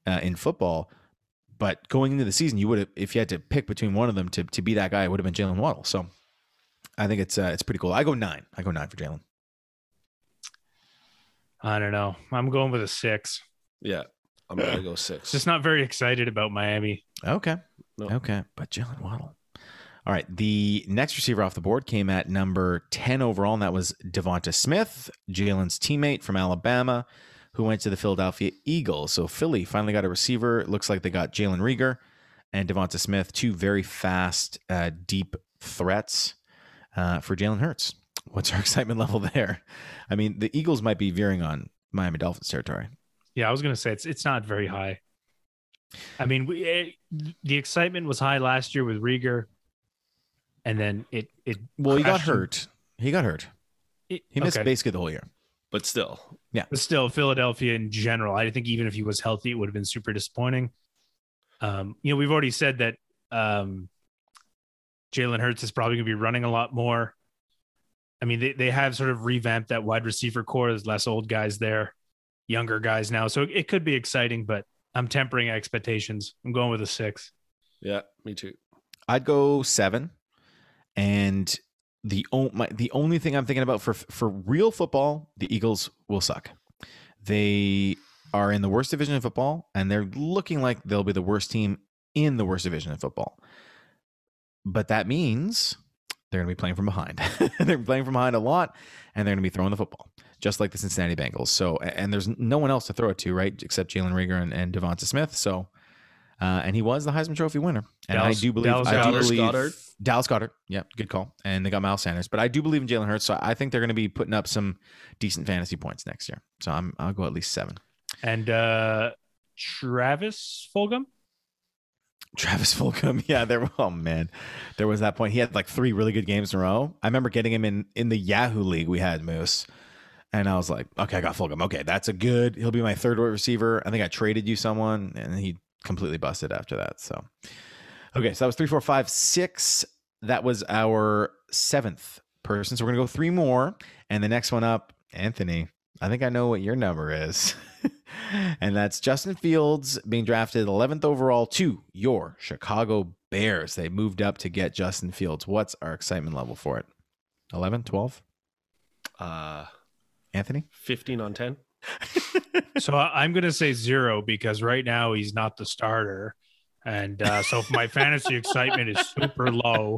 S1: uh, in football. But going into the season, you would have, if you had to pick between one of them to, to be that guy, it would have been Jalen Waddle. So I think it's uh, it's pretty cool. I go nine. I go nine for Jalen.
S2: I don't know. I'm going with a six.
S3: Yeah, I'm going to go six.
S2: Just not very excited about Miami.
S1: Okay.
S3: No.
S1: Okay. But Jalen Waddle. All right. The next receiver off the board came at number 10 overall, and that was Devonta Smith, Jalen's teammate from Alabama, who went to the Philadelphia Eagles. So Philly finally got a receiver. It looks like they got Jalen Rieger and Devonta Smith, two very fast, uh, deep threats uh, for Jalen Hurts. What's our excitement level there? I mean, the Eagles might be veering on Miami Dolphins territory.
S2: Yeah, I was gonna say it's it's not very high. I mean, we, eh, the excitement was high last year with Rieger, and then it it
S1: Well, he got
S2: crashed and-
S1: hurt. He got hurt.
S2: it-
S1: He missed
S2: okay.
S1: basically the whole year.
S3: but still,
S2: But still, Philadelphia in general, I think even if he was healthy, it would have been super disappointing. Um, you know, we've already said that um, Jalen Hurts is probably going to be running a lot more. I mean, they, they have sort of revamped that wide receiver core. There's less old guys there, younger guys now. So it could be exciting, but I'm tempering expectations. I'm going with a six.
S3: yeah, me too.
S1: I'd go seven, and the o- my, the only thing I'm thinking about for for real football, the Eagles will suck. They are in the worst division of football, and they're looking like they'll be the worst team in the worst division of football. But that means they're going to be playing from behind. they're playing from behind a lot, and they're going to be throwing the football, just like the Cincinnati Bengals. So, and there's no one else to throw it to, right? Except Jalen Rieger and, and Devonta Smith. So, uh, and he was the Heisman Trophy winner. And
S2: Dallas-
S1: I do believe,
S2: Dallas
S1: I do
S3: Goddard.
S1: believe
S3: Goddard.
S1: Dallas Goddard. Yeah, good call. And they got Miles Sanders, but I do believe in Jalen Hurts. So I think they're going to be putting up some decent fantasy points next year. So I'm, I'll go at least seven.
S2: And uh, Travis Fulgham?
S1: Travis Fulgham. Yeah, there. Oh man, there was that point. He had like three really good games in a row. I remember getting him in in the Yahoo League. We had Moose, and I was like, okay, I got Fulgham. Okay, that's a good. He'll be my third wide receiver. I think I traded you someone, and he completely busted after that. So, okay, so that was three, four, five, six. That was our seventh person. So we're gonna go three more, and the next one up, Anthony. I think I know what your number is. and that's Justin Fields being drafted 11th overall to your Chicago Bears. They moved up to get Justin Fields. What's our excitement level for it? 11, 12?
S3: Uh,
S1: Anthony?
S3: 15 on 10.
S2: so I- I'm going to say zero because right now he's not the starter. And uh, so my fantasy excitement is super low.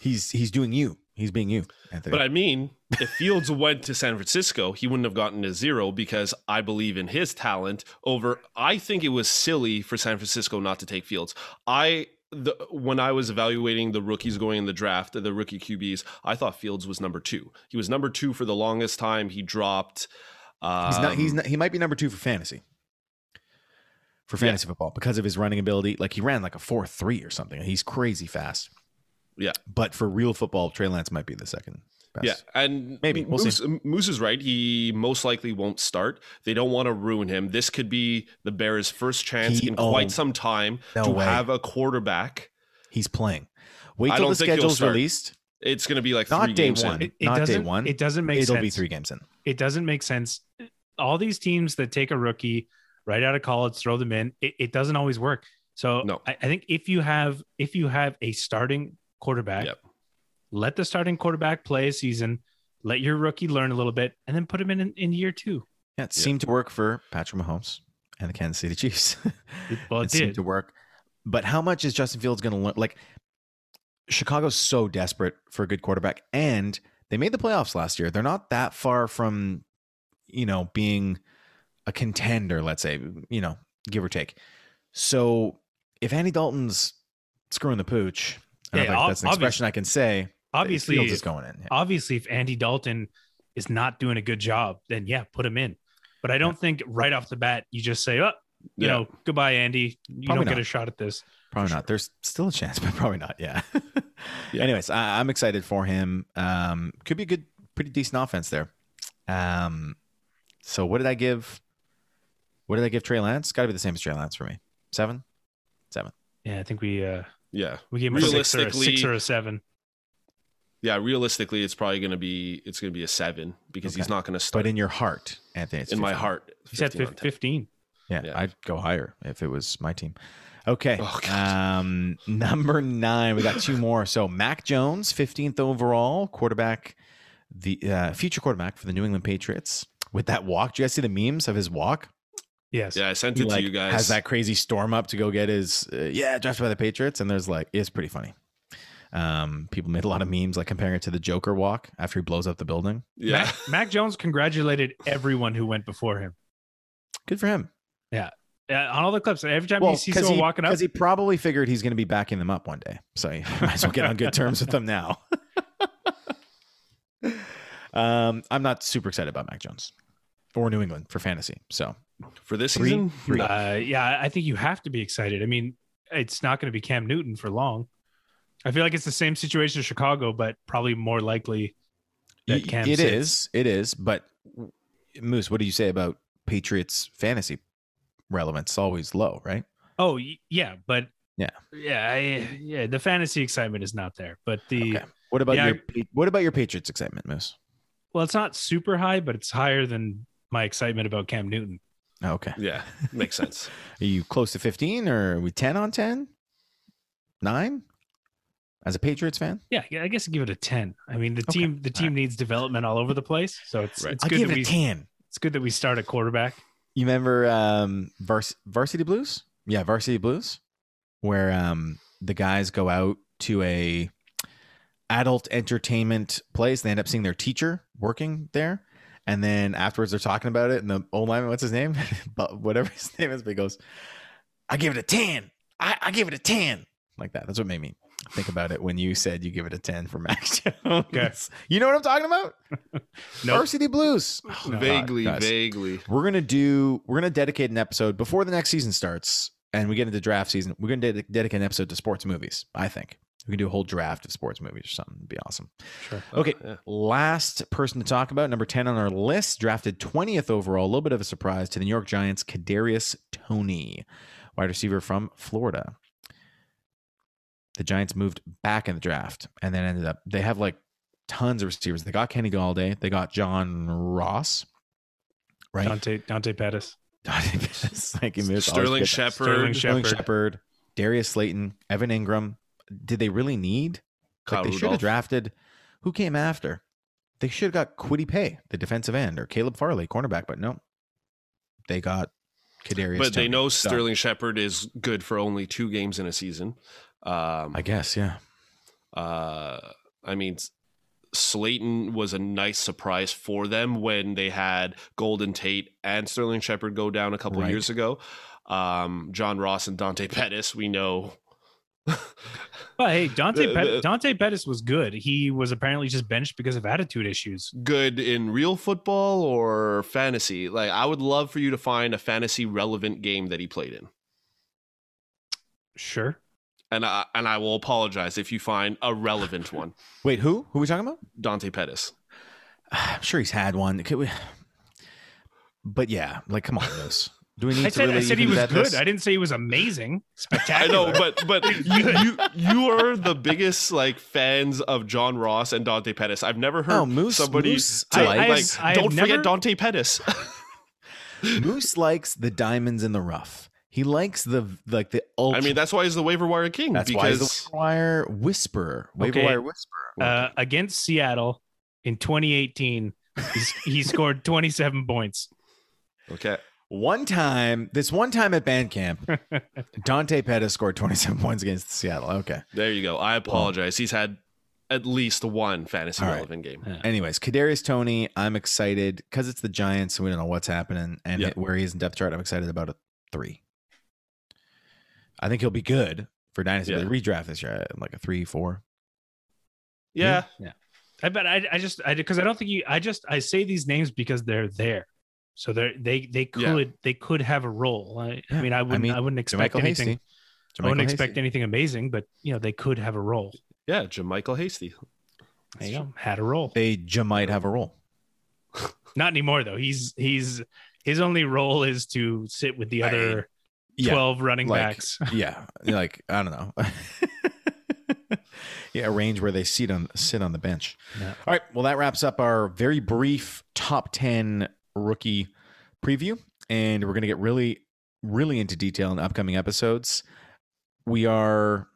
S1: He's he's doing you. He's being you, Anthony.
S3: But I mean, if Fields went to San Francisco, he wouldn't have gotten to zero because I believe in his talent over I think it was silly for San Francisco not to take Fields. I the, when I was evaluating the rookies going in the draft, the rookie QBs, I thought Fields was number two. He was number two for the longest time. He dropped. Um,
S1: he's not he's not he might be number 2 for fantasy. For
S3: Yeah.
S1: fantasy football because of his running ability. Like he ran like a 4-3 or something. He's crazy fast.
S3: Yeah.
S1: But for real football, Trey Lance might be the second best.
S3: Yeah, and
S1: Maybe. We'll
S3: Moose,
S1: see.
S3: Moose is right. He most likely won't start. They don't want to ruin him. This could be the Bears' first chance
S1: He-
S3: in
S1: oh,
S3: quite some time
S1: no
S3: to
S1: way.
S3: have a quarterback.
S1: He's playing. Wait
S3: I
S1: till
S3: don't
S1: the
S3: think he'll
S1: schedule's
S3: start.
S1: released.
S3: It's going to be like
S1: Not
S3: three
S1: day
S3: games in.
S1: one.
S2: It, it
S1: Not day
S2: doesn't.
S1: one.
S2: It doesn't make
S1: It'll
S2: sense.
S1: be three games in.
S2: It doesn't make sense. All these teams that take a rookie right out of college, throw them in. It, it doesn't always work. So
S3: No.
S2: I, I think if you have if you have a starting quarterback,
S3: Yep.
S2: let the starting quarterback play a season, let your rookie learn a little bit, and then put him in in, in year two.
S1: Yeah, it
S3: Yeah.
S1: seemed to work for Patrick Mahomes and the Kansas City Chiefs.
S2: It- well, it
S1: seemed
S2: did.
S1: to work. But how much is Justin Fields going to learn? Like, Chicago's so desperate for a good quarterback, and they made the playoffs last year. They're not that far from, you know, being a contender. Let's say, you know, give or take. So if Andy Dalton's screwing the pooch, I don't
S2: Yeah,
S1: know
S2: ob-
S1: if that's an
S2: obvious-
S1: expression I can say.
S2: Obviously,
S1: Fields is going in. Yeah.
S2: obviously if Andy Dalton is not doing a good job, then yeah, put him in. But I don't think right off the bat you just say, "Oh, you
S3: Yeah.
S2: know, goodbye, Andy. You
S1: Probably
S2: don't get
S1: not.
S2: a shot at this."
S1: Probably not. There's still a chance, but probably not. Yeah.
S3: Yeah.
S1: Anyways, I, I'm excited for him. Um, could be a good, pretty decent offense there. Um, so what did I give? What did I give Trey Lance? Got to be the same as Trey Lance for me. Seven.
S2: Yeah, I think we uh
S3: Yeah,
S2: we gave him a six or a
S3: Realistically-
S2: six or a seven.
S3: yeah. Realistically, it's probably going to be it's going to be a seven because he's
S1: Okay.
S3: not going to
S1: But
S3: start.
S1: in your heart, Anthony, it's
S3: in my
S1: 15.
S3: heart,
S2: He's at
S3: 15 on
S2: fif-
S3: 10.
S2: fifteen.
S1: Yeah,
S3: Yeah.
S1: I'd go higher if it was my team. Okay.
S3: Oh, God.
S1: um, number nine, we got two more. So Mac Jones, 15th overall quarterback, the uh, future quarterback for the New England Patriots with that walk. Do you guys see the memes of his walk?
S2: Yes.
S3: Yeah, I sent
S1: He,
S3: it
S1: like,
S3: to you guys.
S1: has that crazy storm up to go get his, uh, yeah, drafted by the Patriots. And there's like, it's pretty funny. Um, people made a lot of memes like comparing it to the Joker walk after he blows up the building.
S3: yeah,
S2: Mac, Mac Jones congratulated everyone who went before him
S1: Good for him.
S2: uh, on all the clips. Every time you see
S1: because
S2: someone
S1: he,
S2: walking up,
S1: because he probably figured he's going to be backing them up one day. So you might as well get on good terms with them now. um, I'm not super excited about Mac Jones or New England for fantasy. So
S3: for this
S1: Three-
S3: season,
S1: three.
S2: uh, yeah, I think you have to be excited. I mean, it's not going to be Cam Newton for long. I feel like it's the same situation in Chicago, but probably more likely that
S1: y-
S2: Cam
S1: it
S2: sits.
S1: is, it is. But Moose, what do you say about Patriots fantasy relevance? Always low, right?
S2: Oh y- yeah, but
S1: Yeah.
S2: yeah, I, yeah. The fantasy excitement is not there, but the
S1: Okay. What about
S2: Yeah.
S1: your Pa- what about your Patriots excitement, Moose?
S2: well, it's not super high, but it's higher than my excitement about Cam Newton.
S1: Oh, okay,
S3: yeah, makes sense.
S1: are you close to 15 or are we 10 on 10? Nine? As a Patriots fan,
S2: Yeah, yeah, I guess I'd give it a ten. I mean, the
S1: Okay.
S2: team the team needs development all over the place, so it's
S3: Right.
S2: it's
S1: I'll
S2: good
S1: give
S2: that
S1: it
S2: we
S1: a 10.
S2: It's good that we start at quarterback.
S1: You remember um, Vars- Varsity Blues? Yeah, Varsity Blues, where um, the guys go out to a adult entertainment place. They end up seeing their teacher working there, and then afterwards they're talking about it. And the old lineman, what's his name? but whatever his name is, but he goes, "I give it a ten. I, I give it a ten. Like that. That's what made me think about it when you said you give it a ten for Max Jones.
S2: Okay.
S1: You know what I'm talking about?
S2: Nope.
S1: Varsity Blues.
S2: No.
S3: vaguely,
S1: Oh, God, guys.
S3: vaguely.
S1: We're gonna do. We're gonna dedicate an episode before the next season starts, and we get into draft season. We're gonna ded- dedicate an episode to sports movies. I think we can do a whole draft of sports movies or something. It'd be awesome.
S2: Sure.
S1: Okay,
S3: yeah.
S1: last person to talk about, number ten on our list, drafted twentieth overall. A little bit of a surprise to the New York Giants, Kadarius Tony, wide receiver from Florida. The Giants moved back in the draft, and then ended up they have like tons of receivers. They got Kenny Galladay. They got John Ross. Right.
S2: Dante Dante Pettis.
S1: Thank you,
S3: Sterling
S2: Sterling
S3: Shepard,
S1: Sterling
S2: Shepard.
S1: Shepard, Darius Slayton, Evan Ingram. Did they really need?
S3: Kyle
S1: like they should have
S3: Rudolph.
S1: drafted. Who came after? They should have got Quiddy Pay, the defensive end, or Caleb Farley, cornerback. But no, they got Kadarius.
S3: but they
S1: Toney.
S3: know
S1: So,
S3: Sterling Shepard is good for only two games in a season. Um,
S1: I guess, yeah.
S3: uh, I mean, Slayton was a nice surprise for them when they had Golden Tate and Sterling Shepard go down a couple
S1: Right.
S3: years ago. Um, John Ross and Dante Pettis, we know.
S2: But hey, Dante
S3: The-
S2: Pet-
S3: the-
S2: Dante Pettis was good. He was apparently just benched because of attitude issues.
S3: Good in real football or fantasy. Like, I would love for you to find a fantasy relevant game that he played in.
S2: Sure.
S3: And I and I will apologize if you find a relevant one.
S1: Wait, who? Who are we talking about?
S3: Dante Pettis.
S1: I'm sure he's had one. Could we- But yeah, like, come on, this. Do we need to
S2: I said
S1: really
S2: I said he
S1: even
S2: was
S1: vet
S2: good.
S1: this?
S2: I didn't say he was amazing.
S3: I
S2: Spectacular.
S3: know, but but you, you you are the biggest like fans of John Ross and Dante Pettis. I've never heard
S1: Oh, Moose-
S3: somebody
S1: Moose
S3: to, like
S1: likes-
S2: I have
S3: don't forget
S2: never-
S3: Dante Pettis.
S1: Moose likes the diamonds in the rough. He likes the like the ultra.
S3: I mean, that's why he's the waiver wire king
S1: that's why he's
S3: because
S1: the wire whisperer, waiver
S2: Okay.
S1: wire whisperer.
S2: uh, against Seattle in 2018, he's, he scored 27 points.
S3: okay,
S1: one time, this one time at Bandcamp, Dante Pettis scored 27 points against Seattle. Okay.
S3: there you go. I apologize. he's had at least one fantasy
S1: All right.
S3: relevant game.
S1: Anyways, Kadarius Tony, I'm excited because it's the Giants, and we don't know what's happening and
S3: Yeah.
S1: it- where he is in depth chart. I'm excited about a three. I think he'll be good for dynasty.
S3: Yeah.
S1: but redraft this year, uh, like a three, four.
S3: Yeah,
S2: I bet I, I just I because I don't think you I just I say these names because they're there. So they they they
S3: Yeah.
S2: could they could have a role. I,
S1: Yeah.
S2: I mean I wouldn't I,
S1: mean,
S2: wouldn't expect
S1: Jermichael
S2: anything.
S1: Hasty.
S2: I wouldn't
S1: Jermichael
S2: expect
S1: Hasty.
S2: anything amazing, but you know they could have a role.
S3: yeah. Jamichael Hasty.
S2: There you go. Had a role.
S1: They j- might have a role.
S2: Not anymore though. He's he's his only role is to sit with the
S1: I-
S2: other
S1: Yeah.
S2: twelve running
S1: like-
S2: backs.
S1: yeah like i don't know yeah arrange where they sit on sit on the bench
S2: Yeah.
S1: all right well that wraps up our very brief top 10 rookie preview and we're going to get really really into detail in upcoming episodes we are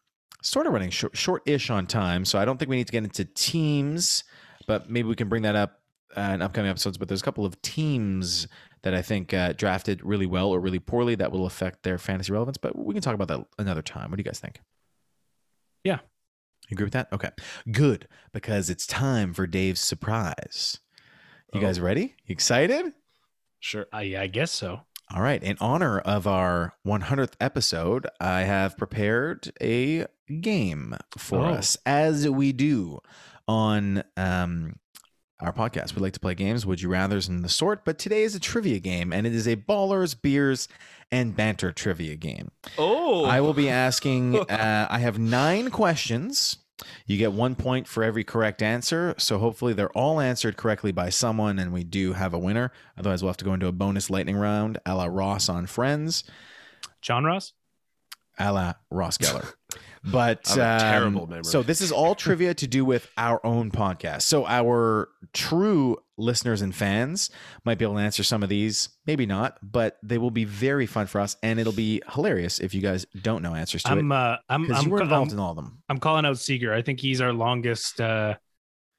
S1: sort of running short, short-ish on time so i don't think we need to get into teams but maybe we can bring that up uh, in upcoming episodes but there's a couple of teams that I think uh, drafted really well or really poorly that will affect their fantasy relevance. But we can talk about that another time. What do you guys think?
S2: Yeah.
S1: You agree with that? Okay. Good, because it's time for Dave's surprise. You
S3: Oh.
S1: guys ready? You excited?
S3: Sure.
S2: I I guess so.
S1: All right. In honor of our 100th episode, I have prepared a game for
S2: Oh.
S1: us, as we do on um, our podcast. We like to play games, would you rather's and the sort, but today is a trivia game, and it is a ballers, beers, and banter trivia game.
S3: Oh,
S1: I will be asking. Uh, I have nine questions. You get one point for every correct answer. So hopefully they're all answered correctly by someone, and we do have a winner. Otherwise, we'll have to go into a bonus lightning round, a la Ross on Friends,
S2: John Ross?
S1: a la Ross Geller. But
S3: I have a
S1: um,
S3: terrible memory.
S1: So this is all trivia to do with our own podcast. So our true listeners and fans might be able to answer some of these, maybe not, but they will be very fun for us, and it'll be hilarious if you guys don't know answers to it
S2: I'm uh I'm
S1: because
S2: I'm,
S1: you were
S2: ca-
S1: involved
S2: I'm,
S1: in all of them.
S2: I'm calling out Seeger. I think he's our longest uh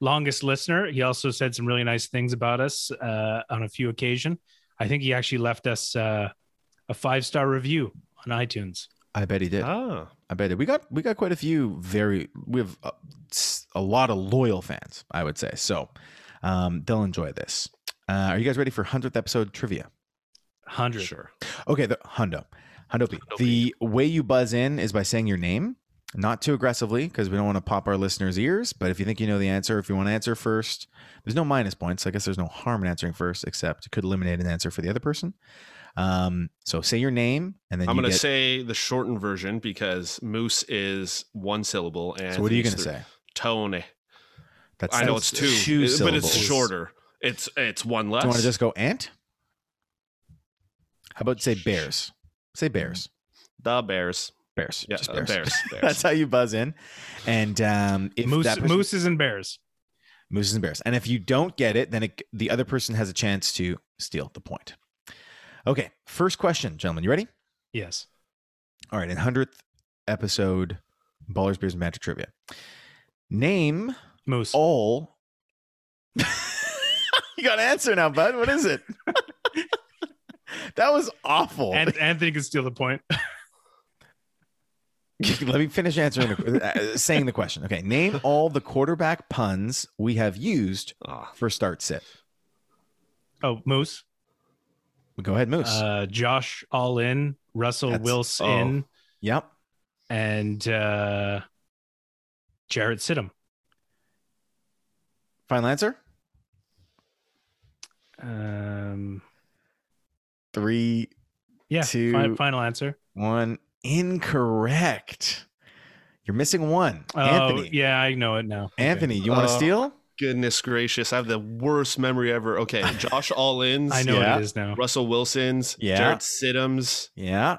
S2: longest listener. He also said some really nice things about us uh, on a few occasion. I think he actually left us uh, a five star review on iTunes.
S1: I bet he did.
S3: Ah,
S1: I bet it. We got we got quite a few very we have a, a lot of loyal fans, I would say. So um, they'll enjoy this. Uh, are you guys ready for hundredth episode trivia?
S2: Hundred.
S3: sure.
S1: Okay, the Hundo, Hundo P.
S3: Hundo
S1: The way you buzz in is by saying your name, not too aggressively because we don't want to pop our listeners' ears. But if you think you know the answer, if you want to answer first, there's no minus points. I guess there's no harm in answering first, except it could eliminate an answer for the other person. Um, so say your name, and then
S3: I'm
S1: you
S3: gonna
S1: get-
S3: say the shortened version because moose is one syllable, and
S1: So what are you
S3: it's
S1: gonna
S3: the-
S1: say?
S3: Tone.
S1: That's
S3: I know it's
S1: that's
S3: two,
S1: two
S3: it- but it's
S1: syllables.
S3: shorter. It's it's one less.
S1: Do you want to just go ant? How about say bears? Say bears.
S3: the bears?
S1: Bears.
S3: Yeah,
S1: Just
S3: uh,
S1: bears.
S3: bears. bears.
S1: That's how you buzz in. And um, if
S2: Moose,
S1: that person-
S2: mooses and bears.
S1: mooses and bears. And if you don't get it, then it, the other person has a chance to steal the point. Okay. First question, gentlemen. You ready?
S2: Yes.
S1: All right. In hundredth episode, Ballers, Beers, and Magic Trivia. Name Oh.
S2: Moose.
S1: all. you got an answer now, bud. What is it? that was awful.
S2: and Anthony can steal the point.
S1: Let me finish answering the, uh, saying the question. Okay, name all the quarterback puns we have used
S3: Ah,
S1: for start sit.
S2: Oh, Moose.
S1: Go ahead, Moose.
S2: Uh, Josh all in. Russell
S1: That's- oh.
S2: Wilson
S1: yep,
S2: and uh, Jarrett Sidham.
S1: final answer.
S2: Um,
S1: Three,
S2: yeah.
S1: Two-
S2: fi- final answer.
S1: one, incorrect. You're missing one,
S2: Oh,
S1: Anthony.
S2: yeah, I know it now. Okay.
S1: Anthony, you want to
S3: Uh,
S1: steal?
S3: goodness gracious! I have the worst memory ever. Okay, Josh Allins,
S2: I know
S1: Yeah.
S2: what it is now.
S3: Russell Wilson's,
S1: Yeah.
S3: Jared Sidham's.
S1: Yeah,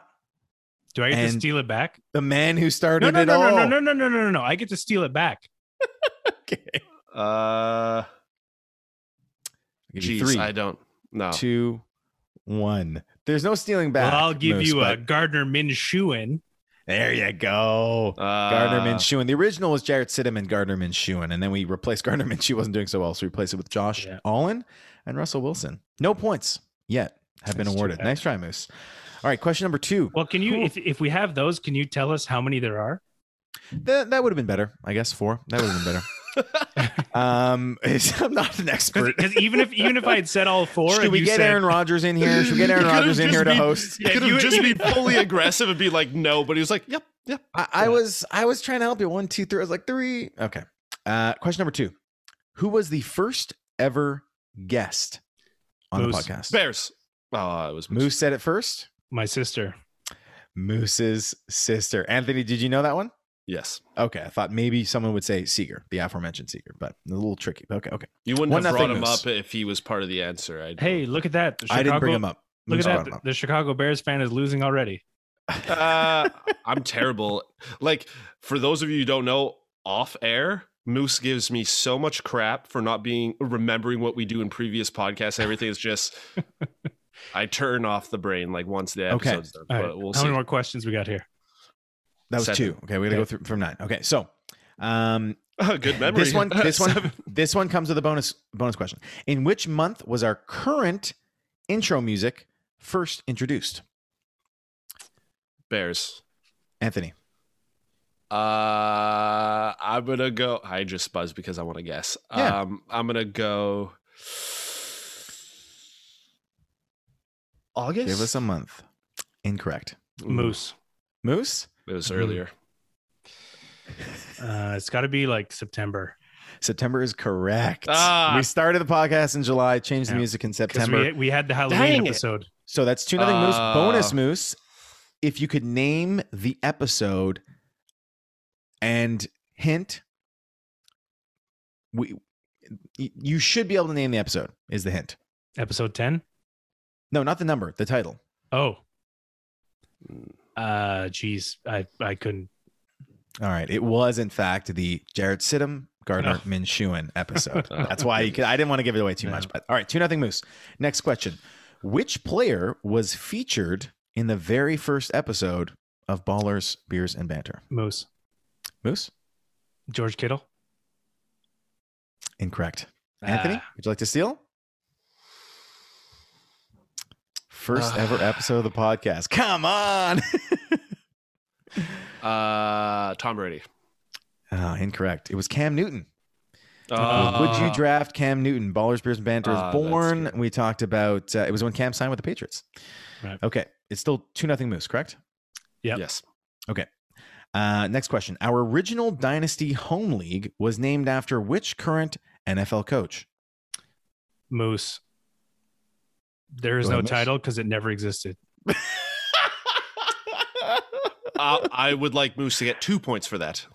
S2: Do I get to
S1: And-
S2: steal it back?
S1: the man who
S2: No,
S1: started
S2: no,
S1: it
S2: no,
S1: all.
S2: no, no, no, no, no, no, no. I get to steal it back.
S1: Okay, I'll
S3: Uh,
S1: give you
S3: geez,
S1: three,
S3: I don't know.
S1: two, one. There's no stealing back.
S2: well, I'll give
S1: Moose,
S2: you a
S1: but-
S2: Gardner Minshew
S1: There you go.
S3: Uh,
S1: Gardner
S2: Uh,
S1: Minshew. The original was Jarrett Sidham and Gardner Minshew, and then we replaced Gardner Minshew. wasn't doing so well, so we replaced it with Josh
S2: Yeah.
S1: Allen and Russell Wilson. No points yet have been
S2: That's too
S1: awarded.
S2: bad.
S1: Nice try, Moose. All right, question number two.
S2: Well, can you
S1: Cool.
S2: if, if we have those, can you tell us how many there are?
S1: That, that would have been better, I guess. Four. That would have been better. um, I'm not an expert.
S2: Because even if even if I had said all four,
S1: Should
S2: and
S1: we
S2: you
S1: get
S2: said,
S1: Aaron Rodgers in here? Should we get Aaron
S3: It could've
S1: Rodgers in
S3: just
S1: here to
S3: been-
S1: host?
S2: Yeah,
S3: could
S2: you-
S3: have just
S2: you-
S3: been fully aggressive and be like, no, but he was like, yep, yep.
S1: I, I was I was trying to help you. One, two, three. I was like three. Okay. Uh, question number two: Who was the first ever guest on
S2: Moose.
S1: the podcast?
S3: Bears. Oh, it was
S1: Moose said it first.
S2: my sister?
S1: Moose's sister. Anthony, did you know that one?
S3: Yes.
S1: Okay, I thought maybe someone would say Seeger, the aforementioned Seeger, but a little tricky. Okay, okay.
S3: You wouldn't
S1: One
S3: have
S1: nothing
S3: brought him
S1: Moose.
S3: up if he was part of the answer. I don't-
S2: Hey, look at that! The
S1: I didn't bring
S2: Chicago-
S1: him up.
S2: Look
S1: Moose
S2: at
S1: brought him
S2: that!
S1: up.
S2: The Chicago Bears fan is losing already.
S3: uh, I'm terrible. Like, for those of you who don't know, off air, Moose gives me so much crap for not being remembering what we do in previous podcasts. Everything is just, I turn off the brain like once the
S1: Okay.
S3: episode's done.
S2: All right,
S3: But we'll
S2: how
S3: see.
S2: many more questions we got here?
S1: That was
S3: Seven.
S1: two. Okay, we gotta go through from nine. Okay, so um,
S3: Good memory.
S1: This one, this
S3: Seven.
S1: one, this one comes with a bonus bonus question. In which month was our current intro music first introduced?
S3: Bears.
S1: Anthony,
S3: Uh, I'm gonna go. I just buzzed because I want to guess.
S1: Yeah.
S3: Um, I'm gonna go. August.
S1: give us a month. Incorrect.
S3: Ooh,
S2: Moose.
S1: Moose, Mm-hmm.
S3: It was
S2: Mhm.
S3: earlier.
S2: Uh, it's got to be like September
S1: September is correct.
S3: Ah.
S1: We started the podcast in July, changed the
S2: Yeah.
S1: music in
S2: because
S1: September.
S2: we, we had the Halloween
S3: Dang it.
S2: episode.
S1: So that's two nothing moose.
S3: Uh,
S1: Bonus moose. If you could name the episode and hint, we y- you should be able to name the episode. Is the hint?
S2: Episode ten.
S1: No, not the number. The title.
S2: Oh. Uh, geez, I I couldn't.
S1: All right. It was in fact the Jared Sidham Gardner
S2: Oh.
S1: Minshewen episode.
S3: Oh.
S1: That's why you could, I didn't want to give it away too
S2: No.
S1: much. But all right, two nothing moose. Next question: Which player was featured in the very first episode of Ballers, Beers, and Banter?
S2: Moose.
S1: Moose.
S2: George Kittle.
S1: Incorrect. Anthony,
S2: Ah.
S1: would you like to steal? First
S3: Uh.
S1: ever episode of the podcast. Come on.
S3: Uh, Tom Brady.
S1: Ah, incorrect. It was Cam Newton.
S2: Uh,
S1: Would you draft Cam Newton? Ballers, Beers, and Banter
S3: Ah,
S1: is
S3: that's
S1: born.
S3: good.
S1: We talked about uh, it was when Cam signed with the Patriots.
S2: Right.
S1: Okay. It's still 2 nothing Moose, correct?
S2: Yep.
S3: Yes.
S1: Uh, next question. Our original Dynasty Home League was named after which current NFL coach?
S2: Moose. There is
S1: Go
S2: no
S1: ahead, Moose.
S2: title because it never existed.
S3: Uh, I would like Moose to get two points for that.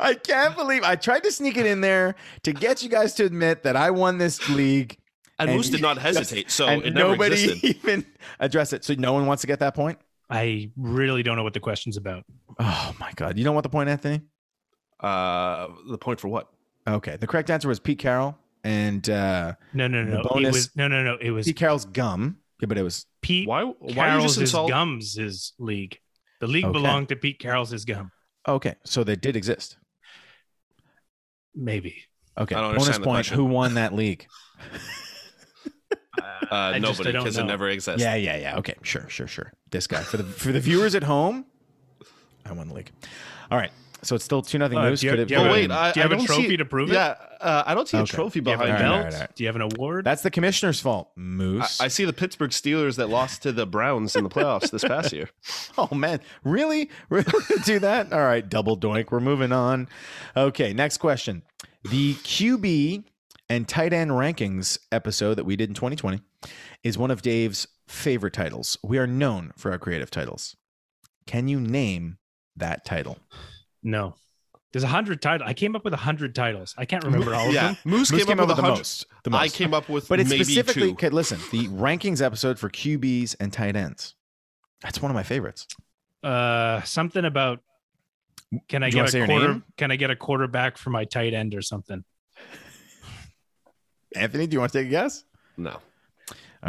S1: I can't believe I tried to sneak it in there to get you guys to admit that I won this league
S3: And,
S1: And
S3: Moose did not hesitate, so
S1: and
S3: it never
S1: nobody
S3: existed.
S1: even addressed it. So no one wants to get that point.
S2: I really don't know what the question's about.
S1: Oh my god, you don't want the point, Anthony?
S3: Uh, the point for what?
S1: Okay, the correct answer was Pete Carroll, and uh,
S2: No, no, no.
S1: The
S2: It
S1: bonus-
S2: was no, no, no. It was
S1: Pete Carroll's gum. Yeah, but it was
S2: Pete
S3: Why? Why are you
S2: Carroll's
S3: just insult?
S2: gums is league. The league
S1: Okay.
S2: belonged to Pete Carroll's his gum.
S1: okay. So they did exist.
S2: Maybe.
S1: Okay,
S3: I don't
S1: bonus
S3: understand the
S1: point.
S3: question.
S1: Who won that league?
S2: I
S3: Uh,
S2: just- I
S3: nobody,
S2: don't
S3: because
S2: know.
S3: it never exists.
S1: yeah, yeah, yeah. Okay, sure, sure, sure. This guy for the for the viewers at home, I won the league. All right, so it's still two nothing.
S2: Uh,
S1: Moose.
S2: do you-
S1: Could it?
S2: do you have
S1: could
S2: a-
S1: it
S3: Oh,
S1: have been-
S3: wait, I,
S2: Do you have
S3: I
S2: a
S3: don't
S2: trophy
S3: see,
S2: to prove it?
S3: Yeah, uh, I don't see
S1: Okay.
S3: a trophy
S2: Do you have a
S3: behind
S1: All right,
S3: that.
S1: all
S2: belt?
S1: right, all right.
S2: Do you have an award?
S1: That's the commissioner's fault, Moose.
S3: I, I see the Pittsburgh Steelers that lost to the Browns in the playoffs this past year.
S1: Oh man, really? We're gonna do that? All right, double doink. We're moving on. Okay, next question. The QB and tight end rankings episode that we did in 2020 is one of Dave's favorite titles. We are known for our creative titles. Can you name that title?
S2: no. There's a hundred titles. I came up with a hundred titles. I can't remember all of
S3: yeah,
S2: them.
S3: Moose,
S1: Moose
S3: came, up with
S1: the
S3: a hundred.
S1: most. The most.
S3: I came up with
S1: but it's
S3: maybe
S1: specifically
S3: two.
S1: okay, listen, the rankings episode for QBs and tight ends. That's one of my favorites.
S2: Uh, something about. Can I
S1: Do you wanna
S2: get
S1: say
S2: a
S1: your
S2: quarter?
S1: name?
S2: Can I get a quarterback for my tight end or something?
S1: Anthony, do you want to take a guess?
S3: No,
S1: All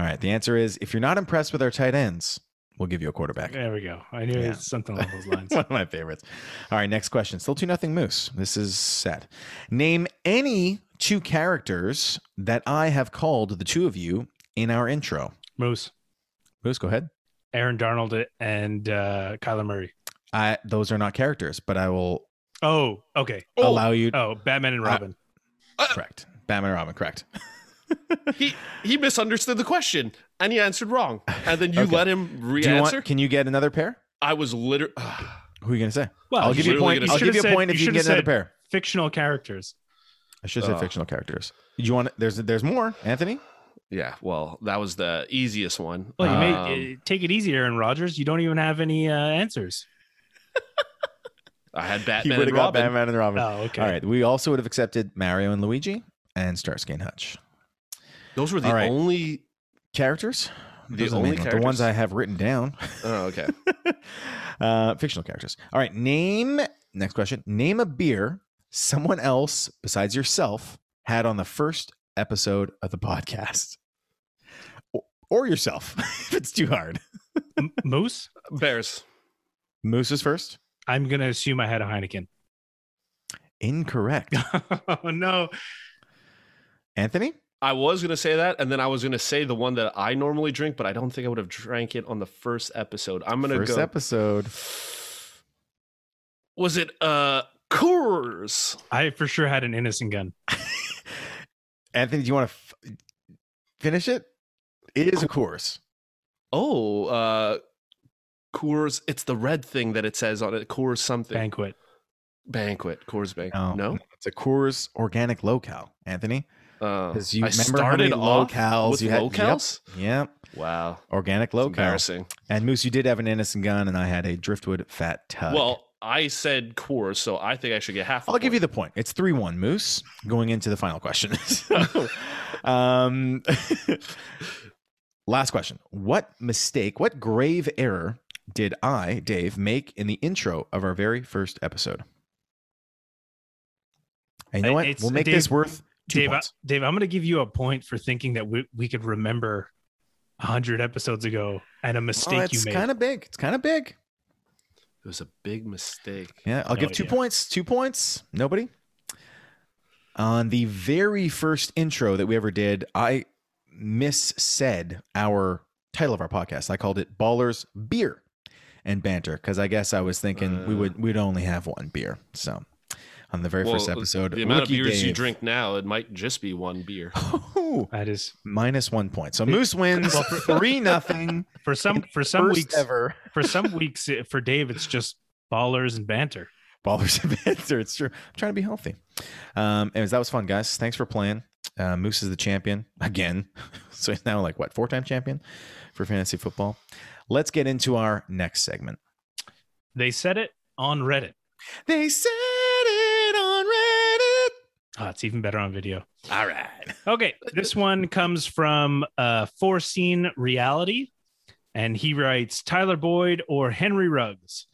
S1: right. The answer is if you're not impressed with our tight ends, we'll give you a quarterback.
S2: There we go. I knew
S1: Yeah.
S2: it's something along those lines.
S1: One of my favorites. All right. Next question. Still 2 nothing Moose. This is sad. Name any two characters that I have called the two of you in our intro.
S2: Moose,
S1: Moose, go ahead.
S2: Aaron Darnold, and uh, Kyler Murray.
S1: I, those are not characters, but I will
S2: Oh, okay.
S1: allow you.
S2: Oh, Batman and
S1: Uh,
S2: Robin.
S1: Correct. Batman and Robin. Correct.
S3: he he misunderstood the question and he answered wrong, and then you
S1: Okay.
S3: let him
S1: Do you
S3: re-answer.
S1: want, can you get another pair?
S3: I was literally.
S1: Who are you going to say?
S2: well,
S1: I'll give you a
S3: literally
S1: point.
S3: gonna
S1: I'll
S3: say-
S1: give you a
S2: should've
S1: point
S2: said-
S1: if
S2: you
S1: you can get
S2: should've
S1: another
S2: said-
S1: pair.
S2: Fictional characters.
S1: I should say
S3: Ugh.
S1: fictional characters. You want there's there's more, Anthony?
S3: yeah, well, that was the easiest one.
S2: Well, you
S3: Um,
S2: may uh, take it easy, Aaron Rodgers. You don't even have any uh, answers.
S3: I had
S1: He
S3: Batman
S1: would have
S3: and
S1: got
S3: Robin.
S1: Batman and Robin.
S2: Oh, okay.
S1: All right. We also would have accepted Mario and Luigi and Starsky and Hutch.
S3: Those were the
S1: All right.
S3: only.
S1: Characters?
S3: The
S1: Those are
S3: only
S1: main ones. the ones
S3: characters.
S1: I have written down.
S3: Oh, okay.
S1: uh, fictional characters. All right. Name, next question. Name a beer someone else besides yourself had on the first episode of the podcast. Or, or yourself, if it's too hard.
S2: M- Moose,
S3: Bears.
S1: Moose is first.
S2: I'm going to assume I had a Heineken.
S1: Incorrect.
S2: oh, no.
S1: Anthony?
S3: I was gonna say that, and then I was gonna say the one that I normally drink, but I don't think I would have drank it on the first episode. I'm gonna
S1: first
S3: go.
S1: episode.
S3: Was it uh Coors?
S2: I for sure had an innocent gun.
S1: Anthony, do you want to f- finish it? It is a course.
S3: Oh, uh Coors. It's the red thing that it says on it. Coors something.
S2: Banquet.
S3: Banquet. Coors banquet. No.
S1: It's a Coors organic locale, Anthony.
S3: Uh,
S1: Because you
S3: I
S1: remember how many
S3: started off
S1: locales
S3: with
S1: you had-
S3: locales.
S1: Yep.
S3: Wow.
S1: Organic
S3: It's
S1: locale.
S3: Embarrassing.
S1: And Moose, you did have an innocent gun, and I had a driftwood fat tug.
S3: Well, I said Coors, so I think I should get half.
S1: I'll give you the point. It's 3 1 Moose going into the final question. So, um, last question. What mistake, what grave error did I, Dave, make in the intro of our very first episode? And you know
S2: Uh,
S1: what?
S2: it's-
S1: We'll make
S2: Dave-
S1: this worth two
S2: Dave, I,
S1: points.
S2: Dave, I'm going to give you a point for thinking that we, we could remember 100 episodes ago and a mistake
S1: Oh,
S2: you
S1: it's
S2: made.
S1: kind of big. It's kind of big.
S3: It was a big mistake.
S1: Yeah, I'll
S2: No
S1: give two
S2: idea.
S1: points. Two points. Nobody. On the very first intro that we ever did, I missaid our title of our podcast. I called it Ballers Beer and Banter because I guess I was thinking we
S3: Uh.
S1: would we'd only have one beer. So on the very first
S3: Well,
S1: episode,
S3: The amount
S1: Wookie
S3: of beers you
S1: gave-
S3: drink now, it might just be one beer.
S2: That is
S1: minus one point. So Moose wins
S2: Well, for-
S1: three nothing.
S2: for some for some
S1: first
S2: weeks
S1: ever.
S2: for some weeks it- for Dave it's just ballers and banter.
S1: Ballers and Banter. It's true. I'm trying to be healthy. Um, anyways, that was fun, guys. Thanks for playing. Uh, Moose is the champion again. so he's now like what four time champion for fantasy football. Let's get into our next segment.
S2: They said it on Reddit.
S1: They said it on Reddit.
S2: Ah, it's even better on video.
S1: All right.
S2: Okay, this one comes from uh, Foreseen Reality, and he writes Tyler Boyd or Henry Ruggs.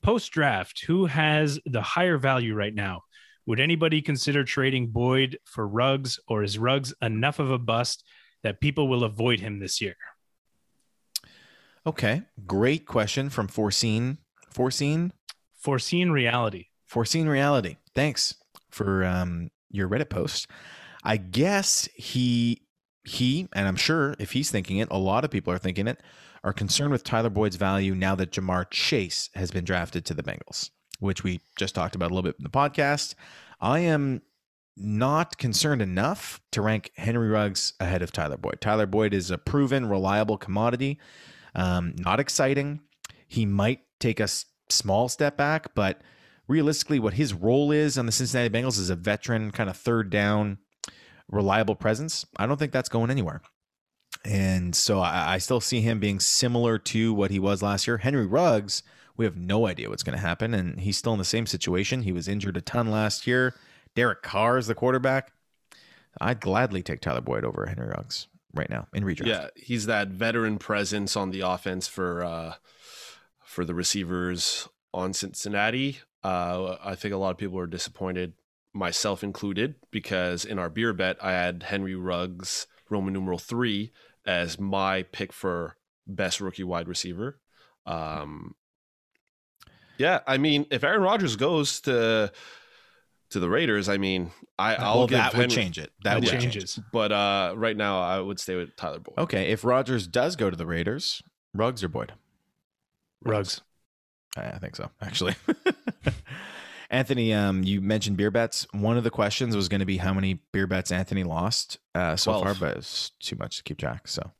S2: Post draft, who has the higher value right now? Would anybody consider trading Boyd for Ruggs, or is Ruggs enough of a bust that people will avoid him this year?
S1: Okay. Great question from Foreseen. Foreseen.
S2: Foreseen Reality.
S1: Foreseen reality. Thanks for um, your Reddit post. I guess he he and I'm sure if he's thinking it, a lot of people are thinking it, are concerned with Tyler Boyd's value now that Jamar Chase has been drafted to the Bengals, which we just talked about a little bit in the podcast. I am not concerned enough to rank Henry Ruggs ahead of Tyler Boyd. Tyler Boyd is a proven, reliable commodity. Um, not exciting. He might take a s- small step back, but realistically, what his role is on the Cincinnati Bengals is a veteran, kind of third down, reliable presence. I don't think that's going anywhere. And so I, I still see him being similar to what he was last year. Henry Ruggs, we have no idea what's going to happen. And he's still in the same situation. He was injured a ton last year. Derek Carr is the quarterback. I'd gladly take Tyler Boyd over Henry Ruggs right now in redraft.
S3: Yeah, he's that veteran presence on the offense for uh, for the receivers on Cincinnati. Uh, I think a lot of people are disappointed, myself included, because in our beer bet, I had Henry Ruggs Roman numeral three as my pick for best rookie wide receiver. Um, yeah, I mean, if Aaron Rodgers goes to to the Raiders, I mean, I, I'll
S1: well,
S3: give
S1: that would
S3: Henry-
S1: change it. That
S2: It
S1: would change it.
S2: changes.
S3: But uh, right now, I would stay with Tyler Boyd.
S1: Okay, if Rodgers does go to the Raiders, Ruggs or Boyd?
S2: Ruggs.
S1: I I think so, actually. Anthony, um, you mentioned beer bets. One of the questions was going to be how many beer bets Anthony lost uh, so
S3: Twelve.
S1: far, but it's too much to keep track. So,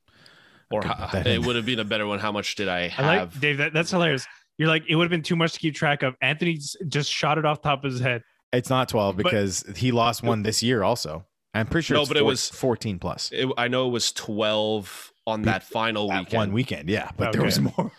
S3: Or
S1: Okay,
S3: how,
S1: that
S3: it
S1: is-
S3: would have been a better one. How much did I
S2: I
S3: have?
S2: like Dave. That, that's hilarious. You're like, it would have been too much to keep track of. Anthony s- just shot it off the top of his head.
S1: it's not twelve
S2: But-
S1: because he lost one this year. Also, I'm pretty sure.
S3: No,
S1: it's
S3: but it
S1: four-
S3: was-
S1: fourteen plus
S3: It- I know it was twelve on that final
S1: that
S3: weekend.
S1: one weekend. Yeah, but there
S2: Okay.
S1: was more.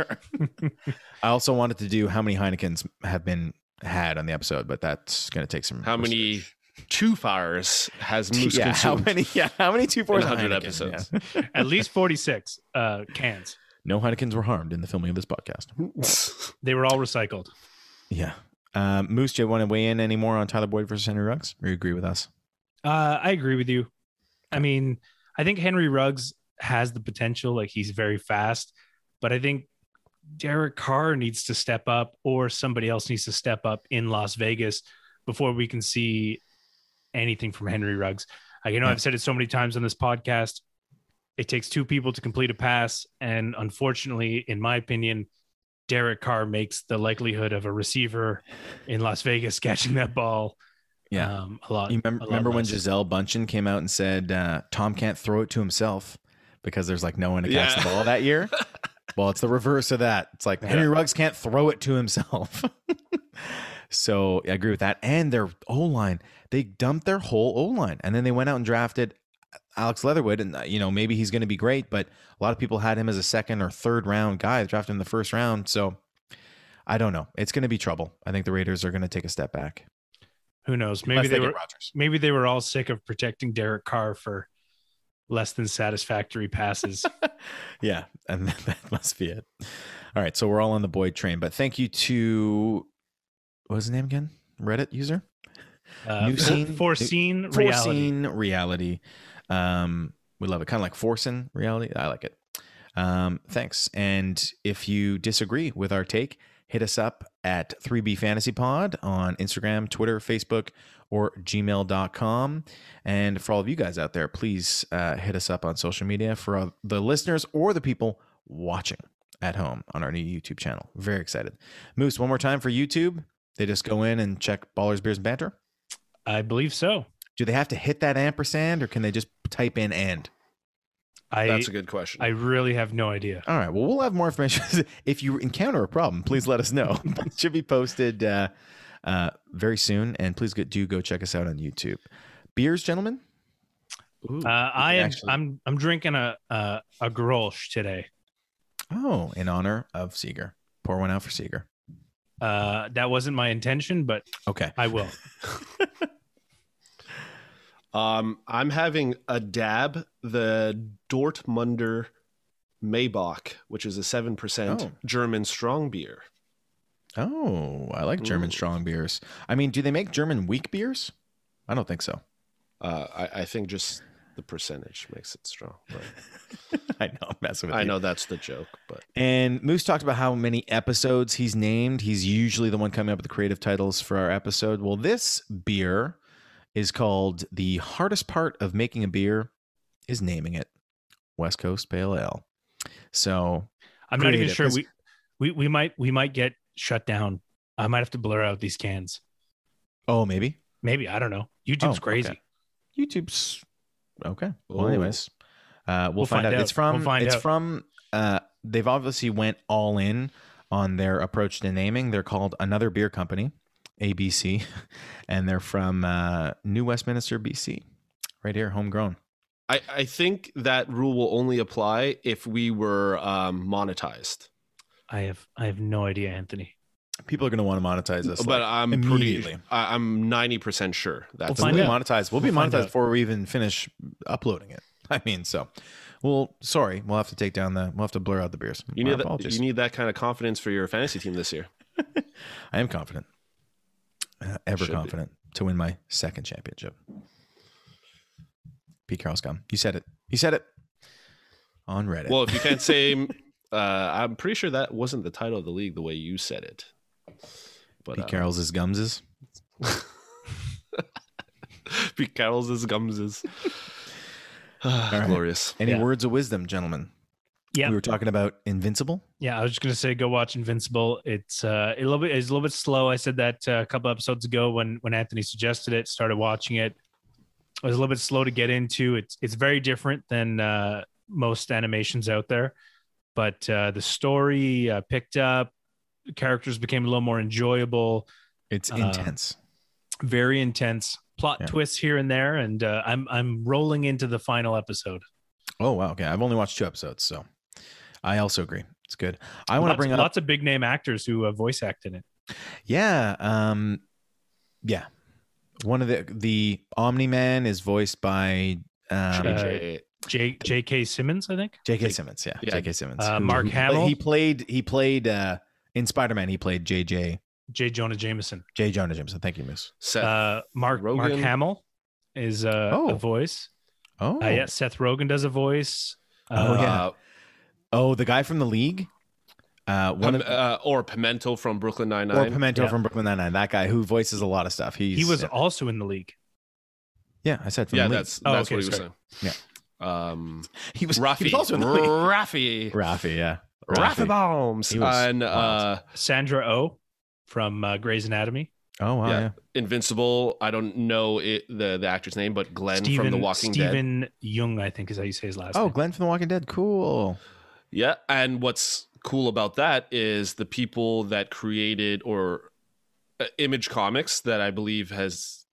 S1: I also wanted to do how many Heinekens have been had on the episode, but that's going to take some.
S3: How many
S1: research.
S3: two fires has Moose
S1: Yeah, how
S3: consumed?
S1: many? Yeah, how many two fours?
S3: In 100
S1: Heineken?
S3: episodes.
S1: Yeah.
S2: At least 46 uh, cans.
S1: No Heinekens were harmed in the filming of this podcast.
S2: They were all recycled.
S1: Yeah. Um, Moose, do you want to weigh in any more on Tyler Boyd versus Henry Ruggs? Or you agree with us?
S2: Uh, I agree with you. I mean, I think Henry Ruggs has the potential. Like he's very fast, but I think Derek Carr needs to step up, or somebody else needs to step up in Las Vegas before we can see anything from Henry Ruggs. Like, you know,
S1: Yeah.
S2: I've said it so many times on this podcast. It takes two people to complete a pass, and unfortunately, in my opinion, Derek Carr makes the likelihood of a receiver in Las Vegas catching that ball.
S1: Yeah.
S2: um, a lot.
S1: You
S2: a
S1: remember,
S2: lot
S1: remember when
S2: less.
S1: Giselle Bundchen came out and said uh, Tom can't throw it to himself because there's like no one to catch
S3: Yeah.
S1: the ball that year? well, it's the reverse of that. It's like Henry Ruggs can't throw it to himself. so I agree with that. And their O line, they dumped their whole O line, and then they went out and drafted Alex Leatherwood, and uh, you know maybe he's going to be great, but a lot of people had him as a second or third round guy. They drafted him in the first round, so I don't know. It's going to be trouble. I think the Raiders are going to take a step back.
S2: Who knows?
S1: unless
S2: Maybe they
S1: get
S2: were.
S1: Rodgers.
S2: Maybe they were all sick of protecting Derek Carr for less than satisfactory passes.
S1: Yeah, and that must be it. All right, so we're all on the Boyd train, but thank you to what was his name again? Reddit user
S2: Uh,
S1: New
S2: fo-
S1: scene-
S2: foreseen reality.
S1: Forcing reality. Um, we love it, kind of like forcing reality. I like it. Um, thanks. And if you disagree with our take, hit us up at 3B Fantasy Pod on Instagram, Twitter, Facebook, or gmail.com. And for all of you guys out there, please uh, hit us up on social media for uh, the listeners or the people watching at home on our new YouTube channel. Very excited. Moose, one more time for YouTube. They just go in and check Ballers, Beers, and Banter.
S2: I believe so.
S1: Do they have to hit that ampersand or can they just type in and?
S2: I
S3: That's a good question.
S2: I really have no idea.
S1: All right. Well, we'll have more information. if you encounter a problem, please let us know. it should be posted uh, uh, very soon. And please go, do go check us out on YouTube. Beers, gentlemen?
S3: Ooh.
S2: Uh, I am
S1: actually-
S2: I'm I'm drinking a a, a Grolsch today.
S1: Oh, in honor of Seeger. Pour one out for Seeger.
S2: Uh, that wasn't my intention, but
S1: Okay.
S2: I will.
S3: Um, I'm having a dab the Dortmunder Maybach, which is a seven percent
S1: Oh.
S3: German strong beer.
S1: Oh, I like German
S3: Ooh.
S1: strong beers. I mean, do they make German weak beers? I don't think so.
S3: Uh, I, I think just the percentage makes it strong. But
S1: I know. I'm messing with
S3: I
S1: you.
S3: know that's the joke, but
S1: And Moose talked about how many episodes he's named. He's usually the one coming up with the creative titles for our episode. Well, this beer is called The Hardest Part of Making a Beer is Naming It West Coast Pale Ale. So,
S2: I'm not even
S1: Creative,
S2: sure
S1: 'cause-
S2: we, we we might we might get shut down. I might have to blur out these cans.
S1: oh, maybe
S2: Maybe I don't know. YouTube's
S1: Oh,
S2: crazy.
S1: okay. YouTube's okay. Well,
S3: Ooh.
S1: anyways, uh, we'll,
S2: We'll
S1: find,
S2: find
S1: out.
S2: out.
S1: It's from
S2: We'll find
S1: it's
S2: out.
S1: from uh, they've obviously went all in on their approach to naming. They're called Another Beer Company, ABC, and they're from uh, New Westminster, BC, right here, homegrown.
S3: I, I think that rule will only apply if we were um, monetized.
S2: I have I have no idea, Anthony.
S1: People are going to want to monetize this.
S2: uh,
S3: but
S1: like,
S3: I'm
S1: immediately.
S3: pretty. I, I'm ninety percent sure
S1: we'll
S3: that's
S2: find
S1: be
S2: out.
S1: monetized. We'll, be
S2: We'll
S1: monetized
S2: find out.
S1: before we even finish uploading it. I mean, so. Well, sorry. We'll have to take down the. We'll have to blur out the beers.
S3: you
S1: My
S3: need that.
S1: apologies.
S3: You need that kind of confidence for your fantasy team this year.
S1: I am confident, uh, ever
S3: Should be.
S1: confident to win my second championship. Pete Carroll's gone. You said it. You said it on Reddit.
S3: Well, if you can't say, uh, I'm pretty sure that wasn't the title of the league the way you said it. But
S1: Pete
S3: uh,
S1: Carroll's is gumses.
S3: Pete Carroll's is gums is
S1: right.
S3: glorious.
S1: Any
S2: Yeah.
S1: words of wisdom, gentlemen?
S2: Yeah,
S1: We were talking about Invincible.
S2: yeah. I was just gonna say, go watch Invincible. It's uh, a little bit it's a little bit slow. I said that uh, a couple episodes ago when when Anthony suggested it. Started watching it. It was a little bit slow to get into. It's it's very different than uh, most animations out there, but uh, the story uh, picked up. Characters became a little more enjoyable.
S1: It's
S2: Uh,
S1: intense.
S2: Very intense plot
S1: Yeah.
S2: twists here and there, and uh, I'm I'm rolling into the final episode.
S1: Oh wow. Okay, I've only watched two episodes, so I also agree. It's good. I want to
S2: Lots-
S1: bring up.
S2: lots of big name actors who uh, voice act in it.
S1: Yeah. Um. Yeah. One of the the Omni Man is voiced by um,
S2: Uh,
S3: JJ.
S2: J. J.K. Simmons, I think.
S1: J.K. Simmons. Yeah.
S3: Yeah.
S1: J.K. Simmons.
S2: Uh,
S1: who-
S2: Mark
S1: who play-
S2: Hamill?
S1: He played. He played uh, in Spider Man. He played J.J.
S2: J. Jonah Jameson.
S1: J. Jonah Jameson. Thank you, Miss.
S3: Seth.
S2: Uh, Mark Mark
S3: Rogen.
S2: Hamill is uh,
S1: Oh.
S2: a voice.
S1: Oh.
S2: Uh, yeah, Seth Rogen does a voice.
S1: Oh,
S2: Uh,
S1: yeah. Oh, the guy from the league. Uh,
S3: Pim-
S1: one of,
S3: uh, or Pimento from Brooklyn Nine
S1: or
S3: Nine.
S1: Pimento
S2: yeah.
S1: from Brooklyn Nine Nine. That guy who voices a lot of stuff. He's
S2: He was
S1: yeah,
S2: also in the league.
S1: yeah, I said from
S3: yeah,
S1: the league.
S3: that's
S2: Oh,
S3: that's
S2: okay,
S3: what he was
S2: sorry.
S3: saying. Yeah. Um,
S1: he was
S3: Rafi.
S1: He was also in the league.
S3: Rafi.
S1: Rafi, yeah.
S3: Rafi Bombs
S1: He was
S3: on uh,
S1: wild.
S2: Sandra Oh from uh, Grey's Anatomy.
S1: Oh wow, yeah.
S3: Yeah. Invincible. I don't know it, the the actor's name, but Glenn
S2: Stephen,
S3: from The Walking Dead.
S2: Stephen Young, I think is how you say his last
S1: Oh,
S2: name.
S1: Glenn from The Walking Dead. Cool.
S3: Yeah, and what's cool about that is the people that created or uh, Image Comics that I believe has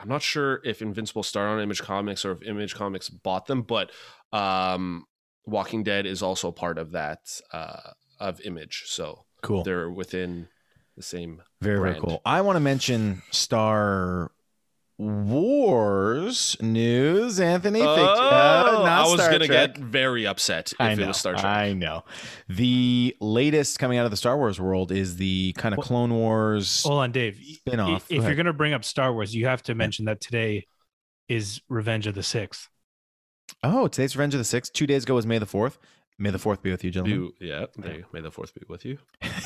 S3: I'm not sure if Invincible started on Image Comics or if Image Comics bought them, but um Walking Dead is also a part of that uh of Image. So
S1: Cool.
S3: they're within the same
S1: Very, very
S3: brand.
S1: cool. I want to mention Star Wars news. Anthony,
S3: Oh,
S1: Fig- uh,
S3: I
S1: not
S3: was
S1: Star
S3: gonna
S1: Trek.
S3: get very upset if
S1: I
S3: it
S1: know,
S3: was Star Trek.
S1: I know. The latest coming out of the Star Wars world is the kind of
S2: Well-
S1: Clone Wars.
S2: Hold on, Dave.
S1: Spin-off.
S2: If,
S1: Go
S2: if you're
S1: ahead.
S2: going to bring up Star Wars, you have to mention that today is Revenge of the Sixth.
S1: Oh, today's Revenge of the Sixth. Two days ago was May the Fourth. May the fourth be with you, gentlemen.
S3: You, yeah, there you- may the fourth be with you.